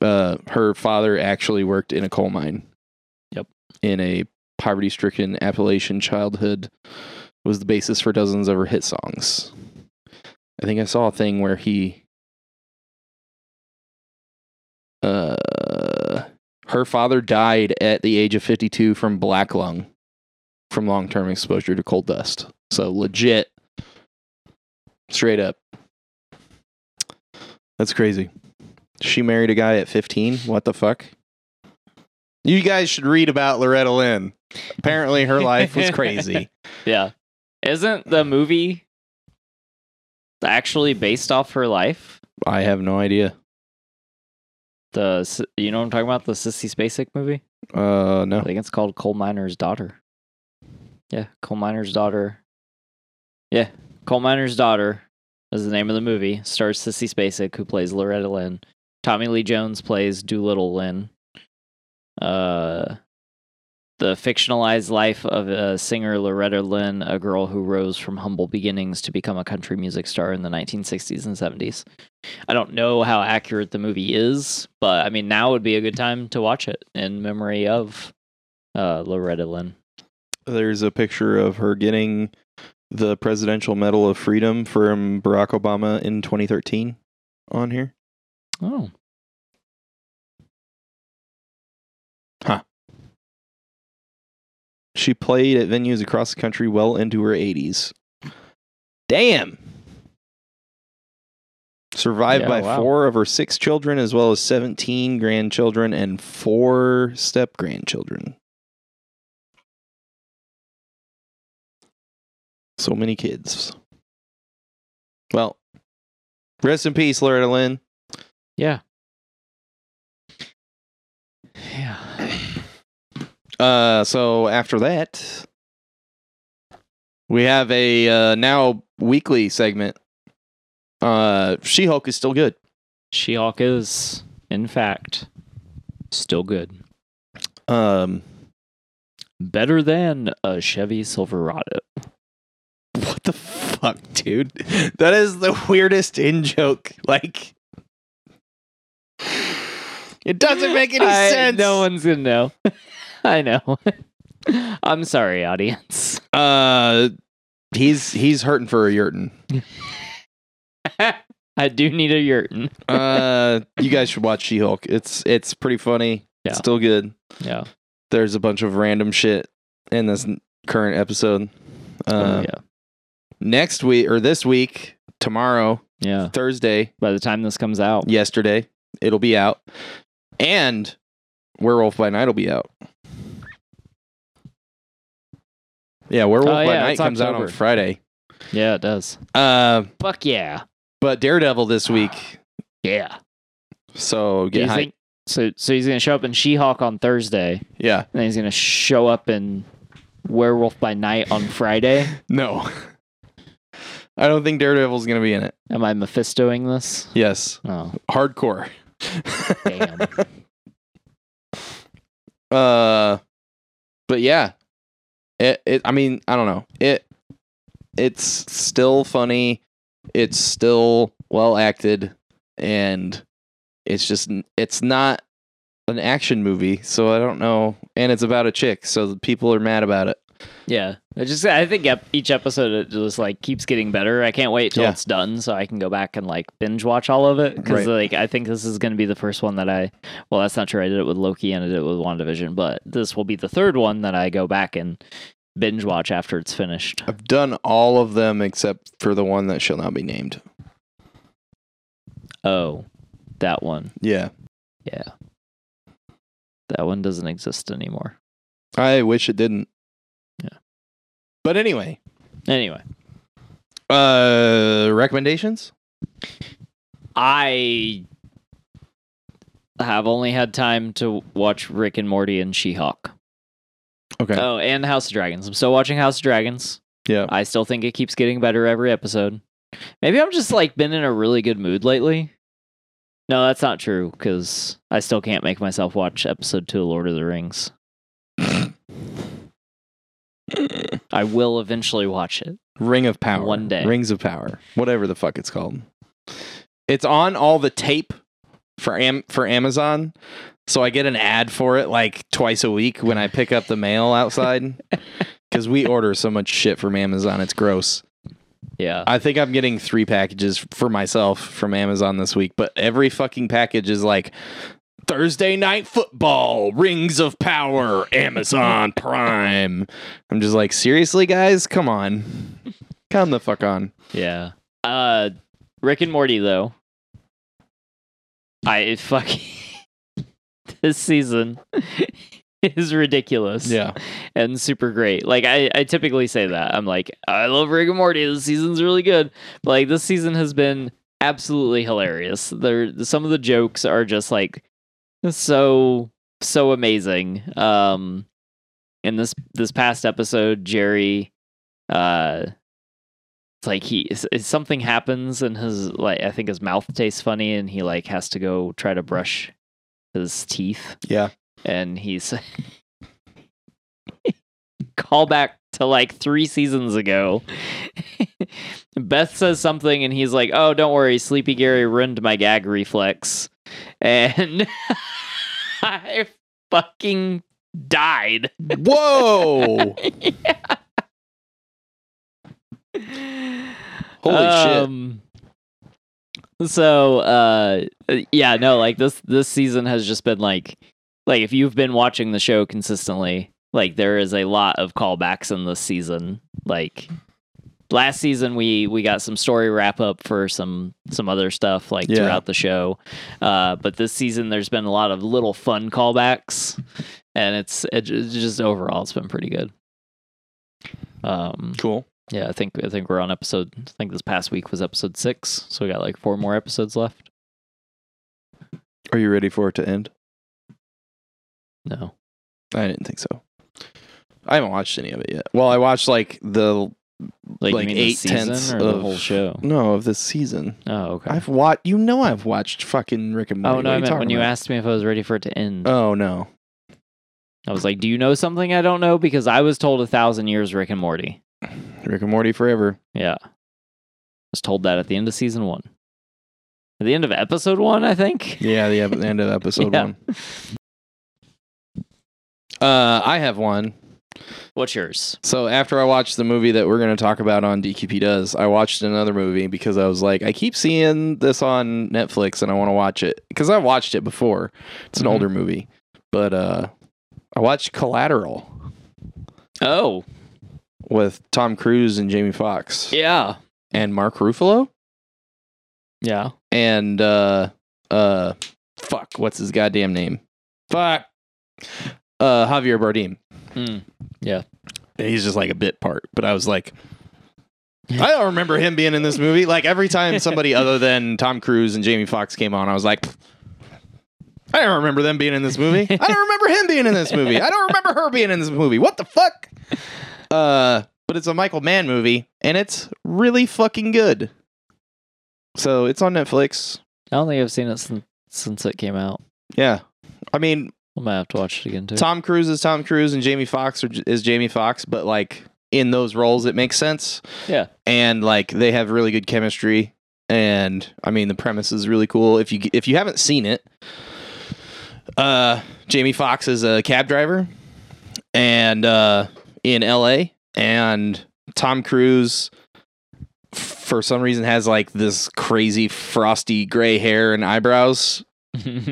Uh, her father actually worked in a coal mine. Yep. In a poverty-stricken Appalachian childhood, was the basis for dozens of her hit songs. I think I saw a thing where he, uh, her father died at the age of 52 from black lung from long term exposure to coal dust. So legit, straight up. That's crazy. She married a guy at 15. What the fuck? You guys should read about Loretta Lynn. Apparently, her life was crazy. yeah. Isn't the movie actually based off her life? I have no idea. The s- you know what I'm talking about the Sissy Spacek movie. Uh, I no. think it's called Coal Miner's Daughter. Yeah, Coal Miner's Daughter. Yeah, Coal Miner's Daughter is the name of the movie. Stars Sissy Spacek, who plays Loretta Lynn. Tommy Lee Jones plays Doolittle Lynn. Uh, the fictionalized life of uh, singer Loretta Lynn, a girl who rose from humble beginnings to become a country music star in the 1960s and 70s. I don't know how accurate the movie is, but I mean, now would be a good time to watch it in memory of uh, Loretta Lynn. There's a picture of her getting the Presidential Medal of Freedom from Barack Obama in 2013 on here. Oh. She played at venues across the country well into her 80s. Damn. Survived Yeah, by wow. four of her six children, as well as 17 grandchildren and four step grandchildren. So many kids. Well, rest in peace, Loretta Lynn. Yeah. Yeah. Uh, so after that, we have a uh, now weekly segment. Uh, She Hulk is still good. She Hulk is, in fact, still good. Um, Better than a Chevy Silverado. what the fuck, dude? That is the weirdest in joke. Like, it doesn't make any I- sense. No one's gonna know. I know. I'm sorry, audience. Uh, he's he's hurting for a yurtin. I do need a yurtin. Uh, you guys should watch She Hulk. It's it's pretty funny. Yeah. It's still good. Yeah. there's a bunch of random shit in this n- current episode. Uh, Oh, yeah. Next week or this week, tomorrow, Yeah. Thursday, By the time this comes out. yesterday, it'll be out, and Werewolf by Night will be out. Yeah, Werewolf Oh, by yeah, Night it's comes out on October. Friday. Yeah, it does. Uh, Fuck yeah. but Daredevil this week, Yeah. so Do get you hyped. think- so so he's gonna show up in She Hulk on Thursday, and yeah, then he's gonna show up in Werewolf by Night on Friday. no, I don't think Daredevil's gonna be in it. Am I Mephistoing this? Yes, Oh, hardcore. damn. Uh, but yeah, it, it. I mean, I don't know. It. It's still funny. It's still well acted, and it's just n- it's not an action movie, so I don't know. And it's about a chick, so the people are mad about it. yeah. I just I think ep- each episode it just like keeps getting better. I can't wait till Yeah. it's done so I can go back and like binge watch all of it because Right. like I think this is gonna be the first one that I. Well, that's not true. I did it with Loki and I did it with WandaVision, but this will be the third one that I go back and binge watch after it's finished. I've done all of them except for the one that shall not be named. Oh, that one. Yeah, Yeah. That one doesn't exist anymore. I wish it didn't. Yeah. But anyway, Anyway, uh, recommendations. I have only had time to watch Rick and Morty and She-Hulk. Okay. Oh, and House of Dragons. I'm still watching House of Dragons. yeah. I still think it keeps getting better every episode. Maybe I've just like been in a really good mood lately. No, that's not true because I still can't make myself watch episode two of Lord of the Rings. I will eventually watch it. Ring of Power. One day. Rings of Power. Whatever the fuck it's called. It's on all the tape for Am- for Amazon. So I get an ad for it like twice a week when I pick up the mail outside. Cause we order so much shit from Amazon, it's gross. Yeah. I think I'm getting three packages for myself from Amazon this week, but every fucking package is like Thursday night football, rings of power, Amazon Prime. I'm just like, seriously, guys, come on, come the fuck on. Yeah. Uh Rick and Morty though. I it fuck this season is ridiculous. And super great. Like I, I typically say that. I'm like, I love Rick and Morty. This season's really good. But like this season has been absolutely hilarious. There some of the jokes are just like so so amazing. Um in this this past episode, Jerry uh it's like he it's- it's something happens and his like I think his mouth tastes funny and he like has to go try to brush his teeth yeah, and he's callback to like three seasons ago. Beth says something, and he's like, "Oh, don't worry, Sleepy Gary ruined my gag reflex," and I fucking died. Whoa! Holy shit. Um, So uh yeah, no, like this this season has just been like like if you've been watching the show consistently, like there is a lot of callbacks in this season. Like last season we we got some story wrap up for some some other stuff like Yeah. throughout the show. Uh but this season there's been a lot of little fun callbacks and it's it, ju- just overall it's been pretty good. Um shit. Cool. yeah, I think I think we're on episode. I think this past week was episode six, so we got like four more episodes left. Are you ready for it to end? No, I didn't think so. I haven't watched any of it yet. Well, I watched like the like, Like you mean eight the season tenths or the of- whole show. no of this season. Oh, okay. I've watched. You know, I've watched fucking Rick and Morty. oh What no, are I meant talking when you about? asked me if I was ready for it to end. Oh no. I was like, "Do you know something I don't know?" Because I was told a thousand years Rick and Morty. Rick and Morty forever. Yeah, I was told that at the end of season one, at the end of episode one, I think. Yeah, the, ep- the end of episode Yeah. one. Uh, I have one. What's yours? So after I watched the movie that we're going to talk about on DQP Does, I watched another movie because I was like, I keep seeing this on Netflix and I want to watch it because I watched it before. It's an Mhm. older movie, but uh, I watched Collateral Oh with Tom Cruise and Jamie Foxx yeah, and Mark Ruffalo yeah. and uh, uh, fuck, what's his goddamn name? Fuck, uh, Javier Bardem. Hmm. Mm. And he's just like a bit part. But I was like, I don't remember him being in this movie. Like every time somebody other than Tom Cruise and Jamie Foxx came on, I was like, I don't remember them being in this movie. I don't remember him being in this movie. I don't remember her being in this movie. What the fuck? Uh, but it's a Michael Mann movie, and it's really fucking good. So it's on Netflix. I don't think I've seen it since since it came out. Yeah, I mean, I might have to watch it again too. Tom Cruise is Tom Cruise and Jamie Foxx are- is Jamie Foxx, but like in those roles, it makes sense. Yeah. and like they have really good chemistry, and I mean the premise is really cool. If you if you haven't seen it, uh, Jamie Foxx is a cab driver, and uh, in L.A. and Tom Cruise f- for some reason has like this crazy frosty gray hair and eyebrows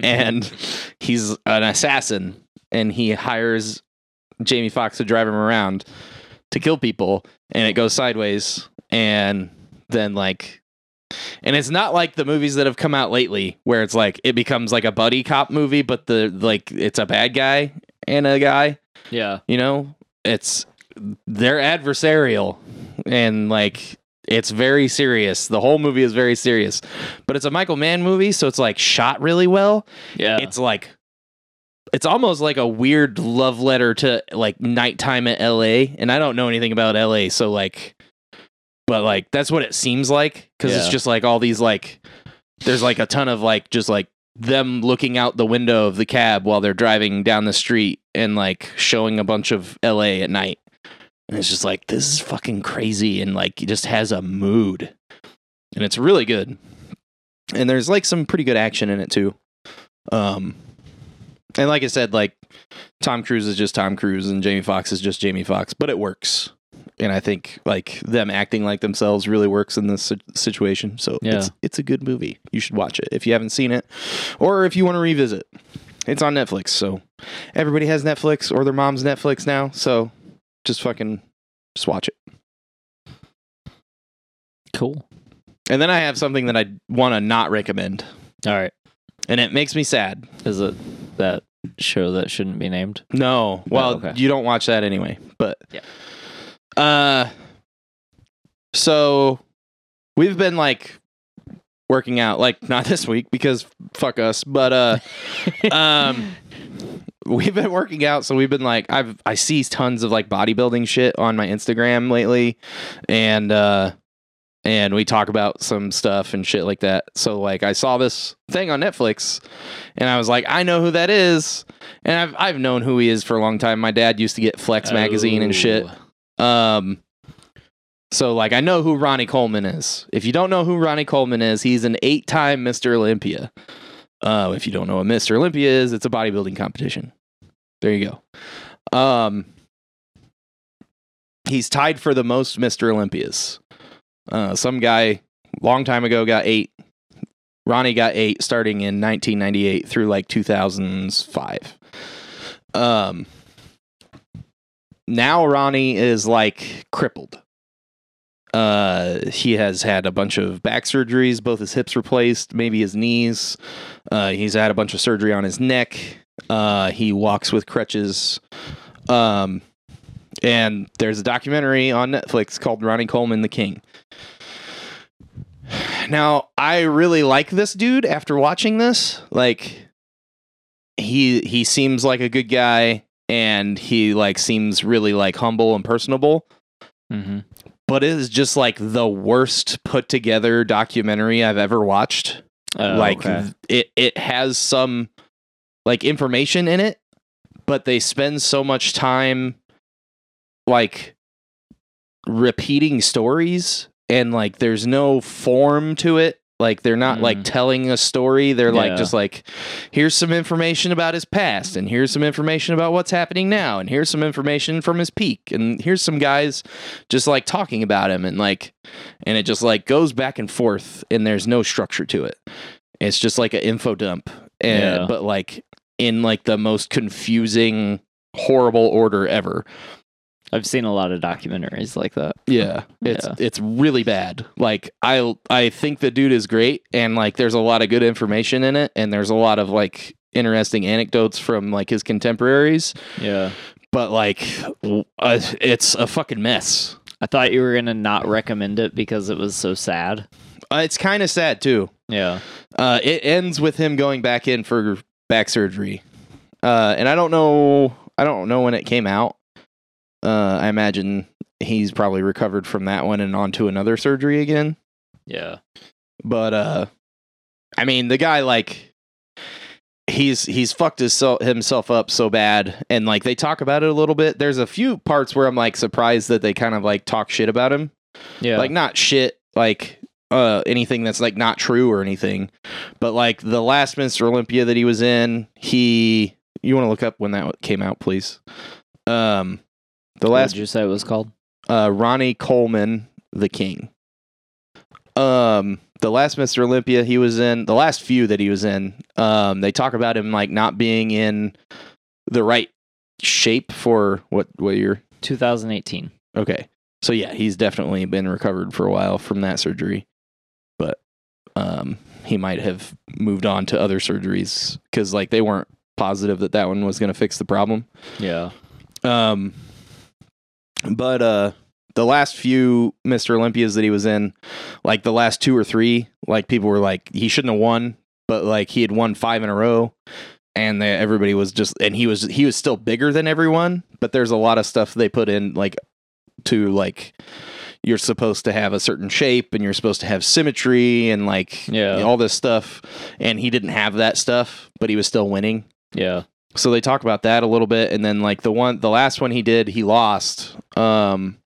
and he's an assassin and he hires Jamie Foxx to drive him around to kill people and it goes sideways and then like and it's not like the movies that have come out lately where it's like it becomes like a buddy cop movie but the like it's a bad guy and a guy yeah. you know it's they're adversarial and like it's very serious the whole movie is very serious but it's a michael mann movie so it's like shot really well Yeah. it's like it's almost like a weird love letter to like nighttime at LA and I don't know anything about LA so like but like that's what it seems like cuz it's Yeah. just like all these like there's like a ton of like just like them looking out the window of the cab while they're driving down the street and like showing a bunch of LA at night and it's just like this is fucking crazy and like it just has a mood and it's really good and there's like some pretty good action in it too um and like i said like tom cruise is just tom cruise and jamie foxx is just jamie foxx but it works and i think like them acting like themselves really works in this si- situation so Yeah. it's it's a good movie you should watch it if you haven't seen it or if you want to revisit it's on netflix so everybody has netflix or their mom's netflix now so just fucking just watch it. cool. And then I have something that I want to not recommend, All right. and it makes me sad. Is it that show that shouldn't be named? No, well, Oh, okay. you don't watch that anyway, but Yeah. Uh, so we've been like working out, like not this week because fuck us, but uh, um we've been working out so we've been like i've i see tons of like bodybuilding shit on my instagram lately and uh and we talk about some stuff and shit like that. So like I saw this thing on Netflix and I was like, I know who that is. And I've I've known who he is for a long time. My dad used to get Flex magazine and shit. Oh. Um so like I know who Ronnie Coleman is. If you don't know who Ronnie Coleman is, he's an eight-time Mr. Olympia. Uh, if you don't know what Mr. Olympia is, it's a bodybuilding competition. There you go. Um he's tied for the most Mr. Olympias. Uh, some guy long time ago got eight. Ronnie got eight starting in 1998 through like 2005. Um, now Ronnie is like crippled. Uh, he has had a bunch of back surgeries, both his hips replaced, maybe his knees. Uh, he's had a bunch of surgery on his neck. Uh, he walks with crutches. Um, and there's a documentary on Netflix called Ronnie Coleman the King. Now, I really like this dude after watching this. Like he he seems like a good guy and he like seems really like humble and personable, Mm-hmm. but it is just like the worst put together documentary I've ever watched Oh, like th- it it has some like information in it but they spend so much time like repeating stories and like there's no form to it like they're not like Mm. telling a story they're like Yeah. just like here's some information about his past and here's some information about what's happening now and here's some information from his peak and here's some guys just like talking about him and like and it just like goes back and forth and there's no structure to it it's just like an info dump and Yeah. but like in like the most confusing horrible order ever I've seen a lot of documentaries like that. yeah it's it's really bad like i i think the dude is great and like there's a lot of good information in it and there's a lot of like interesting anecdotes from like his contemporaries Yeah. but like w- uh, it's a fucking mess I thought you were gonna not recommend it because it was so sad. uh, it's kind of sad too Yeah. Uh, it ends with him going back in for back surgery, uh, and I don't know. I don't know when it came out. Uh, I imagine he's probably recovered from that one and on to another surgery again. Yeah. But uh, I mean, the guy like he's he's fucked his himself up so bad, and like they talk about it a little bit. There's a few parts where I'm like surprised that they kind of like talk shit about him Yeah. like not shit like uh anything that's like not true or anything but like the last Mr. Olympia that he was in he you want to look up when that came out please um the what last did you say it was called? uh Ronnie Coleman the King um the last Mr. Olympia he was in the last few that he was in um they talk about him like not being in the right shape for what what year 2018. Okay. So yeah, he's definitely been recovered for a while from that surgery. But um he might have moved on to other surgeries cuz like they weren't positive that that one was going to fix the problem. Yeah. Um but uh the last few Mr. Olympias that he was in, like the last two or three, like people were like he shouldn't have won, but like he had won 5 in a row and they, everybody was just and he was he was still bigger than everyone, but there's a lot of stuff they put in like to like you're supposed to have a certain shape and you're supposed to have symmetry and like Yeah. all this stuff and he didn't have that stuff, but he was still winning Yeah. so they talk about that a little bit and then like the one the last one he did he lost um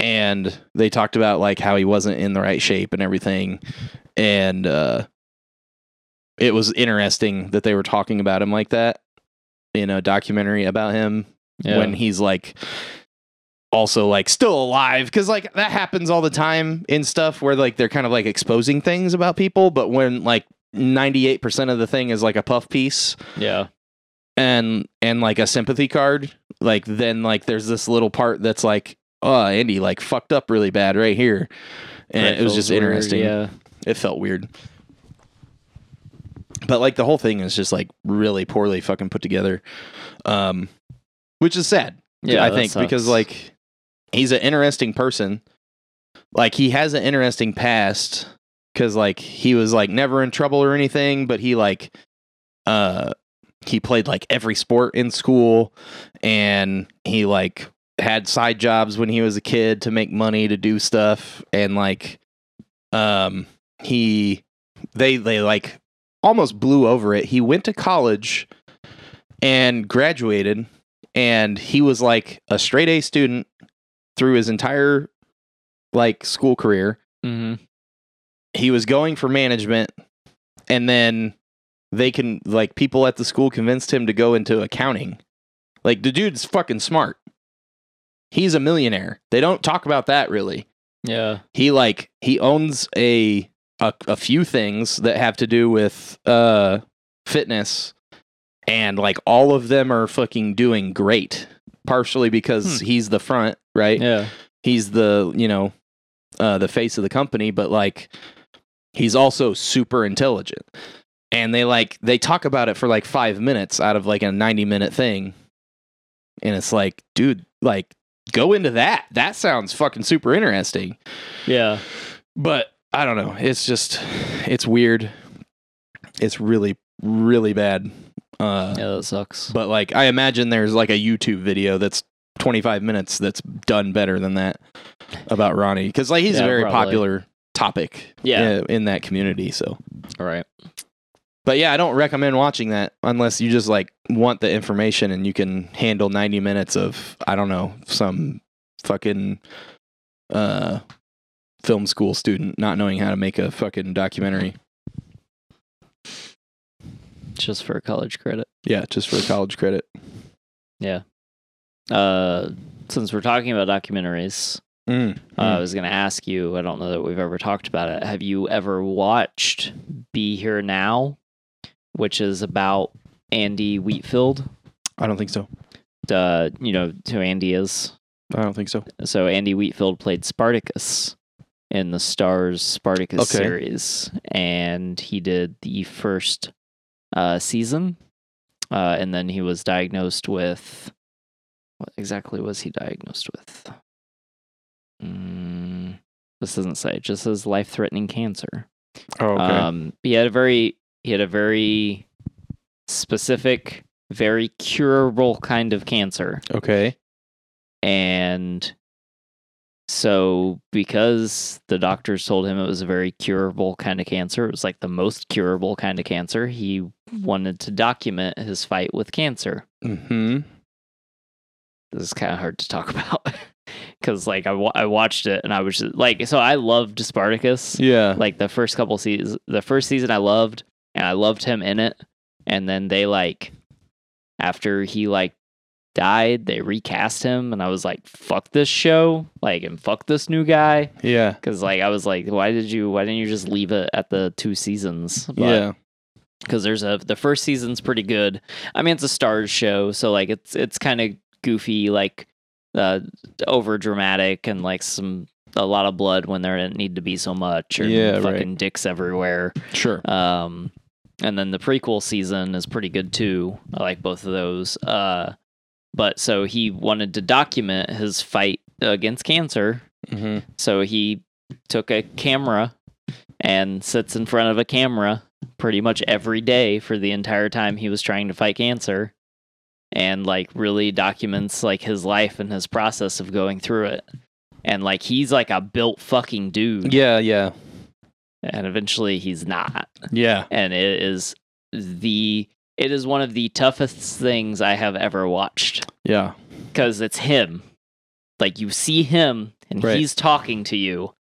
and they talked about like how he wasn't in the right shape and everything and uh it was interesting that they were talking about him like that in a documentary about him Yeah. when he's like also like still alive because like that happens all the time in stuff where like they're kind of like exposing things about people but when like 98% of the thing is like a puff piece yeah. and and like a sympathy card like then like there's this little part that's like oh andy like fucked up really bad right here and it was Freckles just were- interesting Yeah. it felt weird but like the whole thing is just like really poorly fucking put together um which is sad Yeah. i that think because sucks. like he's an interesting person like he has an interesting past because like he was like never in trouble or anything but he like uh he played like every sport in school and he like had side jobs when he was a kid to make money to do stuff and like um he they they like almost blew over it. He went to college and graduated and he was like a straight A student through his entire like school career Mm-hmm. he was going for management and then they can like people at the school convinced him to go into accounting like the dude's fucking smart he's a millionaire they don't talk about that really Yeah. he like he owns a a, a few things that have to do with uh fitness and like all of them are fucking doing great partially because he's the front right Yeah. he's the you know uh, the face of the company, but like he's also super intelligent. And they like they talk about it for like five minutes out of like a ninety minute thing, and it's like, dude, like go into that. That sounds fucking super interesting. Yeah. But I don't know. It's just it's weird. It's really really bad. Uh, Yeah, that sucks. But like I imagine there's like a YouTube video that's 25 minutes that's done better than that about Ronnie cuz like he's Yeah, a very probably. popular topic uh, Yeah. in that community so. All right. But yeah, I don't recommend watching that unless you just like want the information and you can handle 90 minutes of I don't know, some fucking uh film school student not knowing how to make a fucking documentary. Just for college credit. Yeah, just for college credit. Uh, since we're talking about documentaries, Mm. uh, I was going to ask you. I don't know that we've ever talked about it. Have you ever watched "Be Here Now," which is about Andy Wheatfield? I don't think so. Uh, you know who Andy is. I don't think so. So Andy Wheatfield played Spartacus in the Stars Spartacus Okay. series, and he did the first uh, season, uh, and then he was diagnosed with what exactly was he diagnosed with? Mm, this doesn't say. It just says life-threatening cancer. Oh, Um, he had a very he had a very specific, very curable kind of cancer okay. and so because the doctors told him it was a very curable kind of cancer it was like the most curable kind of cancer he wanted to document his fight with cancer Mhm. this is kind of hard to talk about because like I, wa- I watched it and i was just, like so i loved spartacus Yeah. like the first couple seasons the first season i loved and i loved him in it and then they like after he like died they recast him and i was like fuck this show like and fuck this new guy Yeah. because like i was like why did you why didn't you just leave it at the two seasons yeah. because there's a the first season's pretty good i mean it's a stars show so like it's it's kind of goofy like uh over dramatic and like some a lot of blood when there didn't need to be so much or Yeah, right. fucking dicks everywhere Sure. um, and then the prequel season is pretty good too. I like both of those. Uh, but so he wanted to document his fight against cancer. hmm So he took a camera and sits in front of a camera pretty much every day for the entire time he was trying to fight cancer and like really documents like his life and his process of going through it. And like he's like a built fucking dude. Yeah. Yeah. And eventually he's not Yeah. and it is the it is one of the toughest things I have ever watched Yeah. because it's him. Like you see him and Right. he's talking to you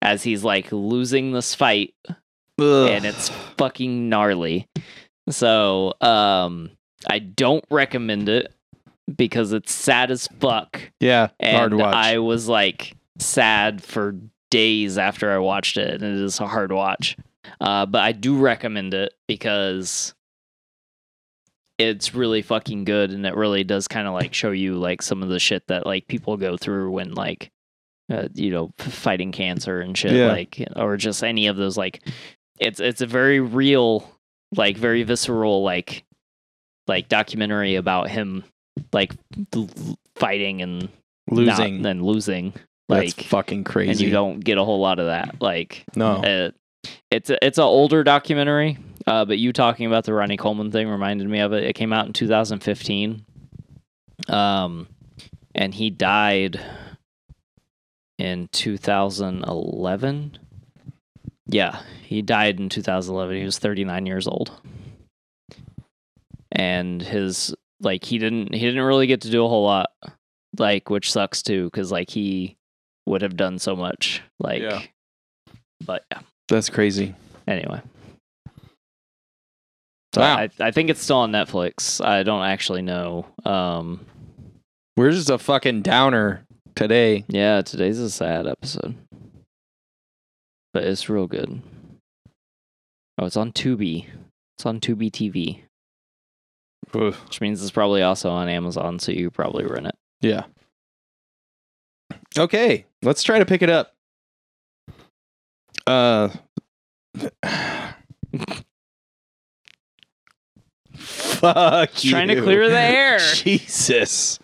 as he's like losing this fight and it's fucking gnarly. So, um I don't recommend it because it's sad as fuck yeah and hard to watch. I was like sad for days after I watched it, and it is a hard watch. Uh, but I do recommend it because it's really fucking good, and it really does kind of like show you like some of the shit that like people go through when like uh, you know f- fighting cancer and shit, Yeah. like or just any of those like it's it's a very real, like very visceral, like like documentary about him like l- l- fighting and not- Losing. and losing That's like fucking crazy. and you don't get a whole lot of that like No. uh, it's a, it's an older documentary uh, but you talking about the Ronnie Coleman thing reminded me of it it came out in 2015 um and he died in 2011. Yeah, he died in 2011. He was 39 years old. And his like he didn't he didn't really get to do a whole lot like which sucks too cuz like he would have done so much like Yeah. but yeah. That's crazy. Anyway. So Wow. I, I think it's still on Netflix. I don't actually know. Um, We're just a fucking downer today. yeah, today's a sad episode, but it's real good. Oh, it's on Tubi. It's on Tubi TV, Ugh. which means it's probably also on Amazon, so you could probably rent it. Yeah. Okay, let's try to pick it up. Uh Fuck Trying to you. clear the air. Jesus.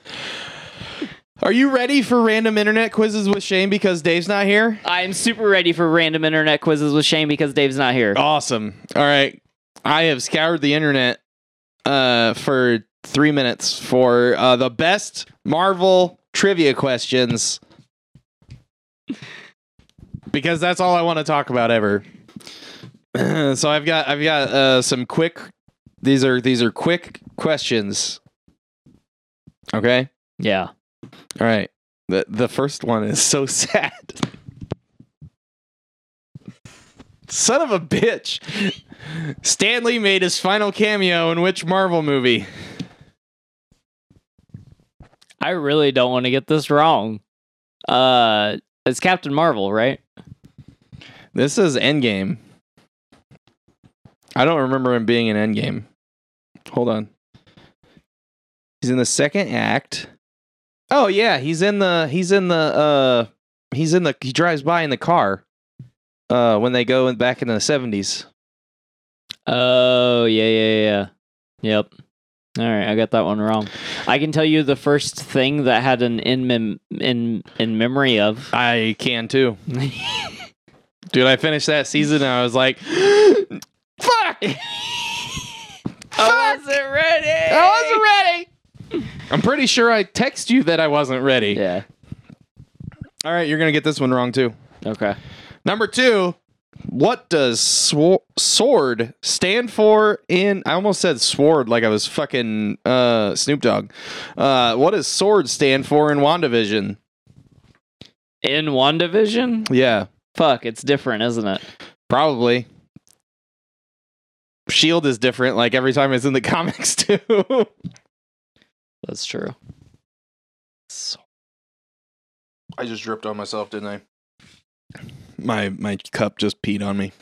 Are you ready for random internet quizzes with Shane because Dave's not here? I'm super ready for random internet quizzes with Shane because Dave's not Oh. here. Awesome. All right. I have scoured the internet uh, for three minutes for uh, the best Marvel trivia questions because that's all I want to talk about ever. so I've got I've got uh, some quick. These are these are quick questions. Okay. Yeah. All right. The the first one is so sad. Son of a bitch. Stanley made his final cameo in which Marvel movie? I really don't want to get this wrong. Uh, it's Captain Marvel, right? This is Endgame. I don't remember him being in Endgame. Hold on. He's in the second act. Oh yeah, he's in the he's in the uh he's in the he drives by in the car uh when they go in, back in the 70s. Oh yeah, yeah, yeah. Yep. All right, I got that one wrong. I can tell you the first thing that had an in mem- in in memory of. I can too. Dude, I finished that season and I was like, fuck! I Fuck! wasn't ready. I wasn't ready! I'm pretty sure I text you that I wasn't ready. Yeah. All right, you're going to get this one wrong too. Okay. Number two, what does sw- sword stand for in. I almost said sword like I was fucking uh, Snoop Dogg. Uh, what does sword stand for in WandaVision? In one division. Yeah, Fuck, it's different, isn't it? probably. Shield is different, like every time it's in the comics too. That's true. So- I just dripped on myself, didn't I? My my cup just peed on me.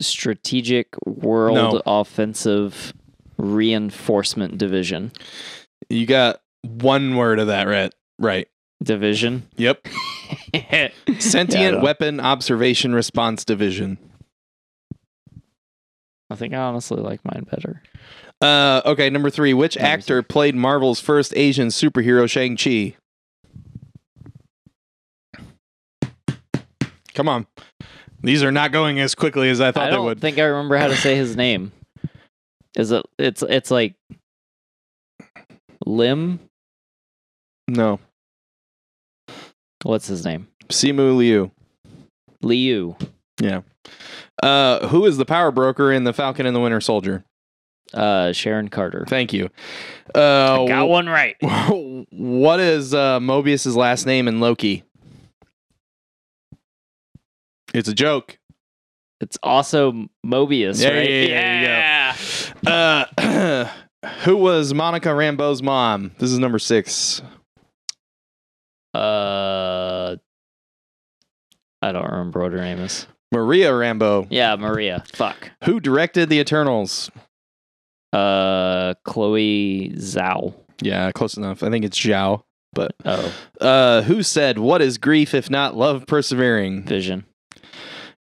Strategic World No. Offensive Reinforcement Division. You got one word of that right. Right. Division. Yep. Yeah, I Sentient don't- Weapon Observation Response Division. I think I honestly like mine better. Uh okay, number 3, which Number actor played Marvel's first Asian superhero Shang-Chi? Come on. These are not going as quickly as I thought I they don't would. think I remember how to say his name. Is it? It's it's like Lim. no. What's his name? Simu Liu. Liu. Uh who is the power broker in The Falcon and the Winter Soldier? Uh, Sharon Carter. Thank you. Uh, one right. what is uh, Mobius's last name in Loki? It's a joke. It's also Mobius. Yeah, right? yeah, yeah, yeah, Uh, who was Monica Rambeau's mom? This is number six. Yeah. Uh, I don't remember what her name is. Maria Rambeau. Yeah, Maria. Fuck. Who directed the Eternals? Uh, Chloe Zhao. Yeah, close enough. I think it's Zhao. But Oh, uh, who said, "What is grief if not love persevering"? Vision.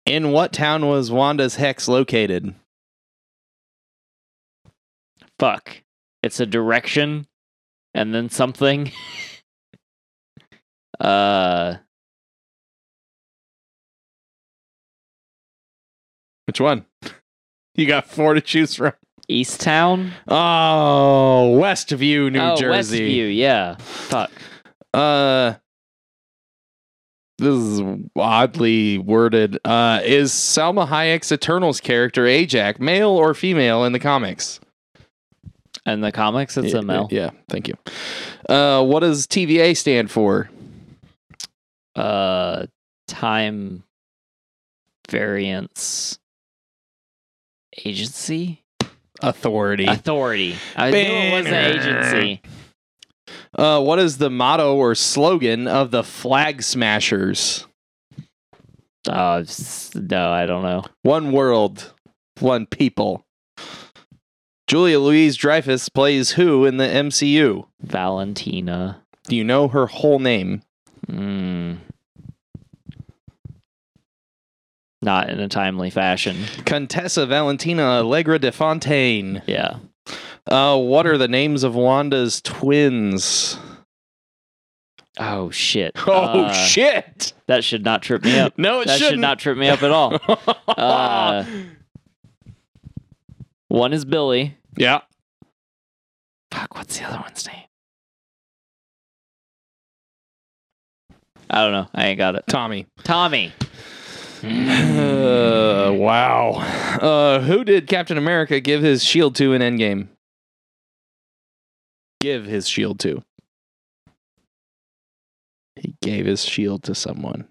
In what town was Wanda's hex located? Fuck. It's a direction and then something. uh Which one? You got four to choose from. Easttown, Oh, Westview, New oh, Jersey. Westview, yeah. Fuck. Uh, this is oddly worded. Uh, is Salma Hayek's Eternals character Ajax male or female in the comics? In the comics, it's yeah, a male. Yeah, thank you. Uh, what does TVA stand for? Uh, time variance agency Authority. authority. I knew it was an Banner. agency. Uh, what is the motto or slogan of the Flag Smashers? Oh, it's- no, I don't know. One world, one people. Julia Louise Dreyfus plays who in the MCU? Valentina. Do you know her whole name? Mm. Not in a timely fashion. Contessa Valentina Allegra de Fontaine. Yeah. Uh, what are the names of Wanda's twins? Oh shit. Oh Uh, shit! That should not trip me up. No, it that should shouldn't. not trip me up at all. Uh, One is Billy. yeah, Fuck, what's the other one's name? I don't know. I ain't got it. Tommy. Tommy. Uh, wow. Uh, who did Captain America give his shield to in Endgame? Give his shield to. He gave his shield to someone.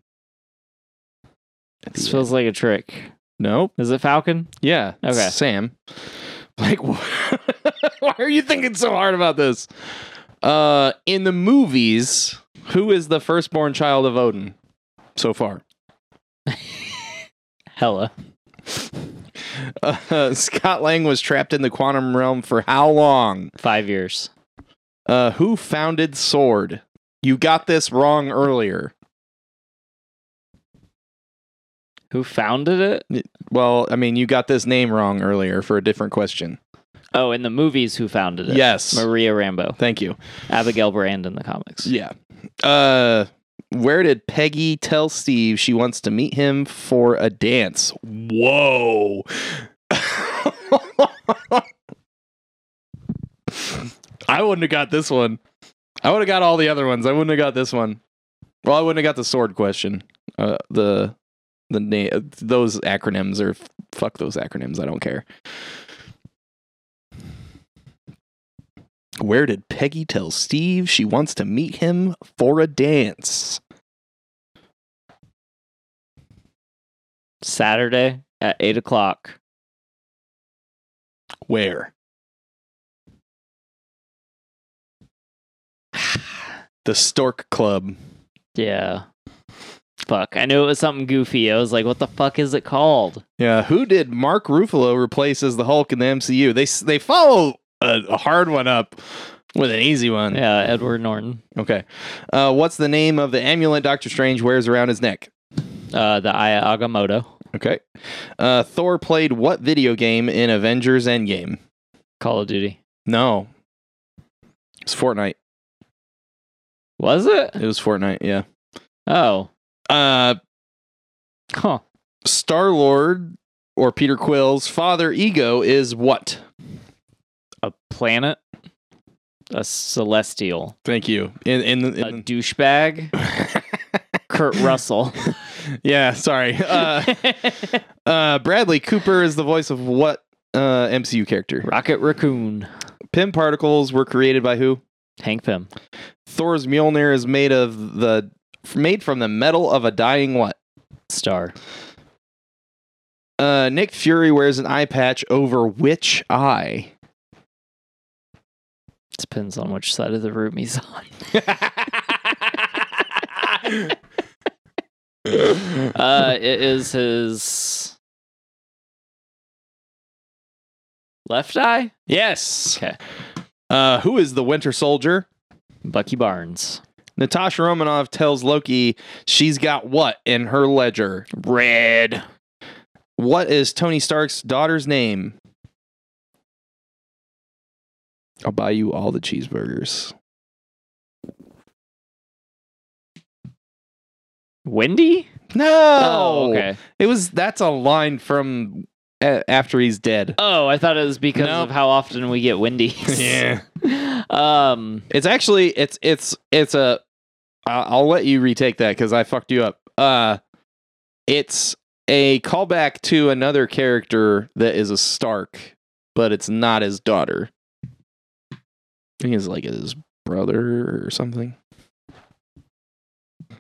At the This end. feels like a trick. nope. Is it Falcon? Yeah. it's Okay. Sam. Like, wh- why are you thinking so hard about this? Uh, in the movies, who is the firstborn child of Odin so far? Hella. Uh, Scott Lang was trapped in the quantum realm for how long? Five years. Uh, who founded Sword? You got this wrong earlier. Who founded it? Well, I mean, you got this name wrong earlier for a different question. Oh, in the movies, who founded it? Yes. Maria Rambo. Thank you. Abigail Brand in the comics. Yeah. Uh, where did Peggy tell Steve she wants to meet him for a dance? Whoa. I wouldn't have got this one. I would have got all the other ones. I wouldn't have got this one. Well, I wouldn't have got the sword question. Uh, the the name those acronyms are fuck those acronyms. I don't care. Where did Peggy tell Steve she wants to meet him for a dance? Saturday at 8 o'clock. Where? The Stork Club. Yeah. Fuck. I knew it was something goofy. I was like, what the fuck is it called? Yeah, who did Mark Ruffalo replace as the Hulk in the MCU? They s- they follow a, a hard one up with an easy one. Yeah, Edward Norton. Okay. Uh, what's the name of the amulet Doctor Strange wears around his neck? Uh, the Aya Agamotto. Okay. Uh, Thor played what video game in Avengers Endgame? Call of Duty. No. It's Fortnite. Was it? It was Fortnite, yeah. Oh. Uh, Huh. Star Lord or Peter Quill's father ego is what? A planet? A celestial. Thank you. In in, A in douchebag? Kurt Russell. yeah, sorry. Uh, uh, Bradley Cooper is the voice of what uh, MCU character? Rocket Raccoon. Pym particles were created by who? Hank Pym. Thor's Mjolnir is made of the made from the metal of a dying what? Star. Uh, Nick Fury wears an eye patch over which eye? Depends on which side of the room he's on. Uh, it is his left eye. yes. Okay. Uh, who is the Winter Soldier? Bucky Barnes. Natasha Romanoff tells Loki she's got what in her ledger? Red. What is Tony Stark's daughter's name? I'll buy you all the cheeseburgers. Wendy. No. okay. Oh. Oh, It was that's a line from a- after he's dead. Oh, I thought it was because Nope. of how often we get Wendy's. Um. It's actually it's it's it's a. I- I'll let you retake that because I fucked you up. Uh, it's a callback to another character that is a Stark, but it's not his daughter. I think it's like his brother or something. I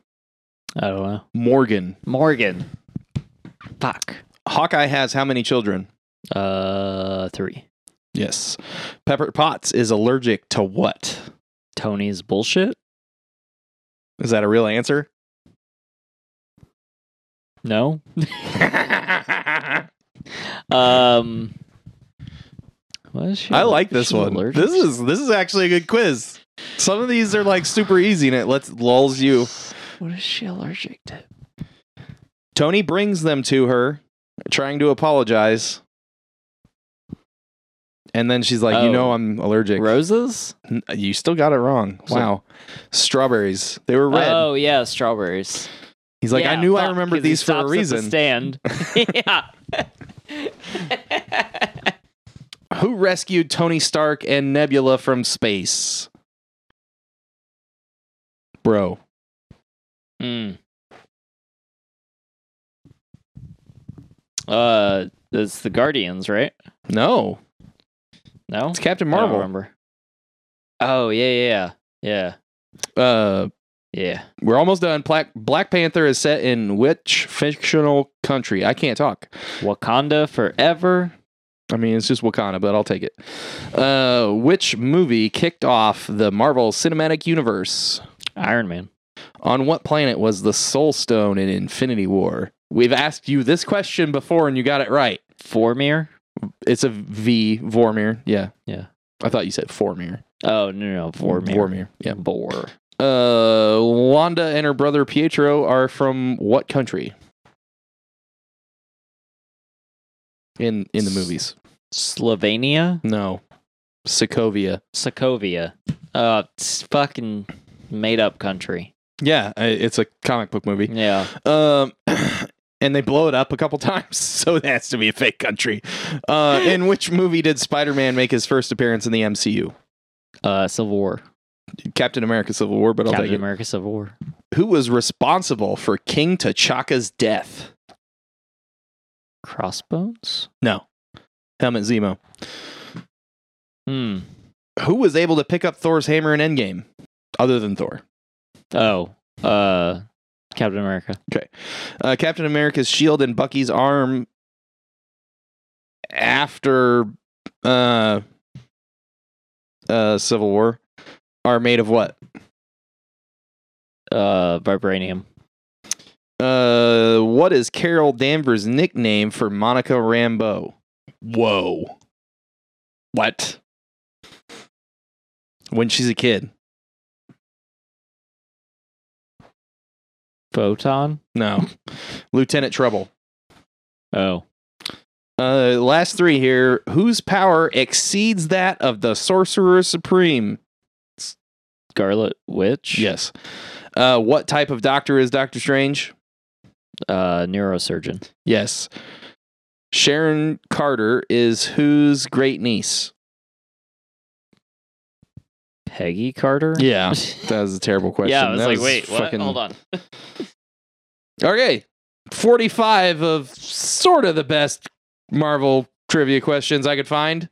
don't know. Morgan. Morgan. Fuck. Hawkeye has how many children? Uh, three. Yes. Pepper Potts is allergic to what? Tony's bullshit. Is that a real answer? No. Um. What is she? I like this she's one. allergic? This is this is actually a good quiz. Some of these are like super easy and it lets lulls you. What is she allergic to? Tony brings them to her, trying to apologize. And then she's like, "You Oh. know I'm allergic." Roses. N- You still got it wrong. So- wow. Strawberries. They were red. Oh yeah, strawberries. He's like, "I Yeah, knew I fuck, remembered 'cause he these for a stops at the reason." stand. yeah. Who rescued Tony Stark and Nebula from space? Bro. Mm. Uh, it's the Guardians, right? No. No, It's Captain I don't Marvel. remember. Oh yeah, yeah, yeah, Uh yeah. yeah. we're almost done. Black Black Panther is set in which fictional country? I can't talk. Wakanda forever. I mean, it's just Wakanda, but I'll take it. Uh, which movie kicked off the Marvel Cinematic Universe? Iron Man. On what planet was the Soul Stone in Infinity War? We've asked you this question before, and you got it right. Vormir. It's a V Vormir. Yeah, Yeah. I thought you said Vormir. Oh no, no, no Vormir. Vormir. Yeah. Bor. Uh, Wanda and her brother Pietro are from what country? In in the movies. Slovenia. No. Sokovia. Sokovia. Uh, it's fucking made up country. Yeah, I- it's a comic book movie. Yeah. Um, and they blow it up a couple times, so it has to be a fake country. Uh, in which movie did Spider-Man make his first appearance in the MCU? Uh, Civil War. Captain America: Civil War, but I'll Captain take it. America Civil War. Who was responsible for King T'Chaka's death? Crossbones. No, Helmet Zemo. Hmm. Who was able to pick up Thor's hammer in Endgame, other than Thor? Oh. Uh, Captain America. Uh, Captain America's shield and Bucky's arm after uh, uh, Civil War are made of what? Uh, vibranium. Uh, what is Carol Danvers' nickname for Monica Rambeau? Whoa. What? When she's a kid. Photon. No. Lieutenant Trouble. Oh. Uh, last three here. Whose power exceeds that of the Sorcerer Supreme? Scarlet Witch. Yes. Uh, what type of doctor is Doctor Strange? Uh, neurosurgeon. Yes. Sharon Carter is whose great niece? Peggy Carter. Yeah. That was a terrible question. yeah. I was That like, wait, what? fucking- Hold on. Okay. 45 of sort of the best Marvel trivia questions I could find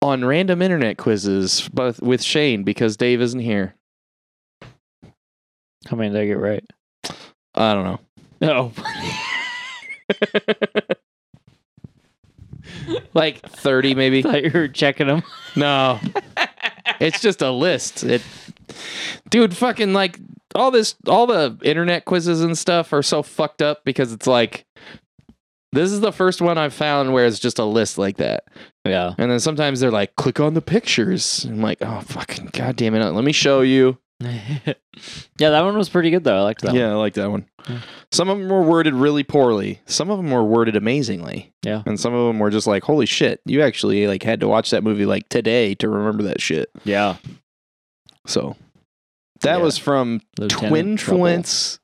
on random internet quizzes but with Shane because Dave isn't here. How many did I get right? I don't know. No. like, 30 maybe? thought you were checking them. No. It's just a list. It Dude, fucking like all this all the internet quizzes and stuff are so fucked up because it's like this is the first one I've found where it's just a list like that. Yeah. And then sometimes they're like, click on the pictures. I'm like, oh fucking goddamn it! Uh, Let me show you. yeah, that one was pretty good though. I liked that. Yeah, I like that one. Yeah. Some of them were worded really poorly. Some of them were worded amazingly. Yeah. And some of them were just like, holy shit! You actually like had to watch that movie like today to remember that shit. One. Yeah. So that Yeah. was from Lieutenant Twin Trouble. Fluence,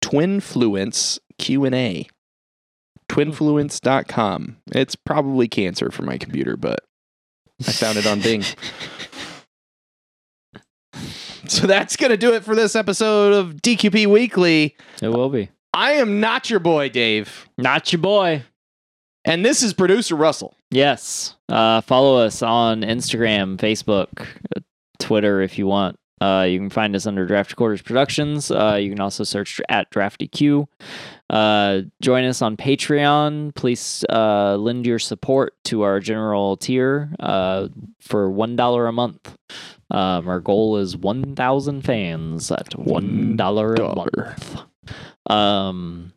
Twin Fluence Q and A. twinfluence.com. It's probably cancer for my computer, but I found it on Bing. so that's going to do it for this episode of DQP Weekly. It will be. I am not your boy, Dave, Not your boy. and this is producer Russell. Yes. Uh, follow us on Instagram, Facebook, uh, Twitter if you want. Uh, you can find us under Draft Quarters Productions. Uh, you can also search at DraftyQ. Uh, join us on Patreon. Please uh, lend your support to our general tier uh, for $1 a month. Um, our goal is 1,000 fans at $1 a Dollar. month. Um,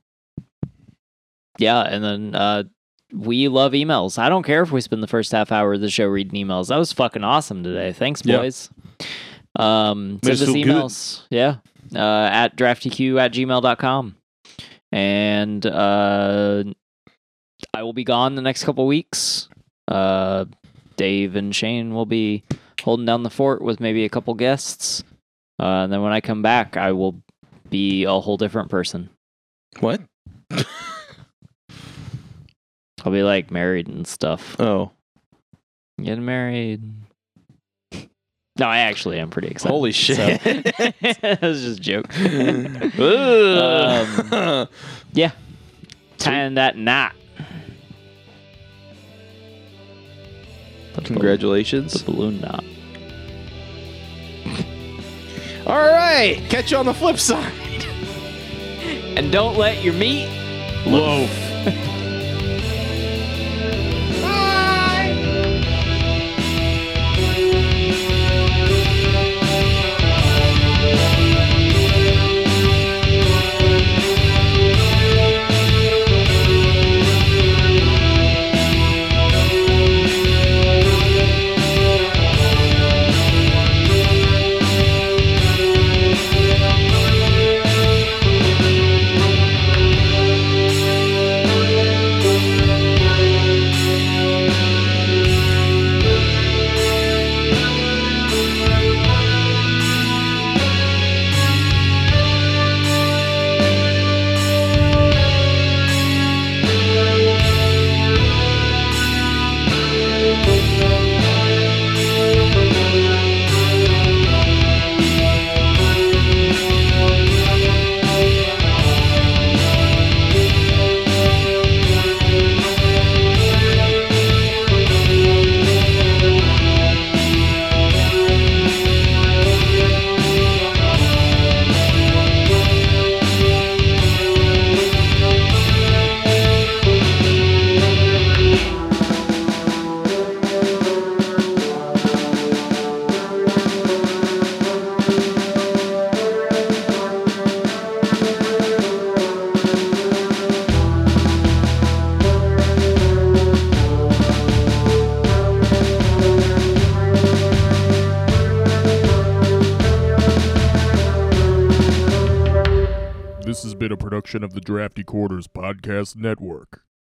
yeah, and then uh, we love emails. I don't care if we spend the first half hour of the show reading emails. That was fucking awesome today. Thanks, Mm-hmm. Yeah. boys. Um, Made send us us feel good. emails. Yeah. Uh, at draftyq at gmail.com. And uh, I will be gone the next couple weeks. Uh, Dave and Shane will be holding down the fort with maybe a couple guests. Uh, and then when I come back, I will be a whole different person. What? I'll be like married and stuff. Oh, Getting married. No, I actually am pretty excited. holy shit. So- that was just a joke. Ugh. yeah. Tying that knot. The balloon- Congratulations. The balloon knot. All right. Catch you on the flip side. And don't let your meat Loaf. This has been a production of the Drafty Quarters Podcast Network.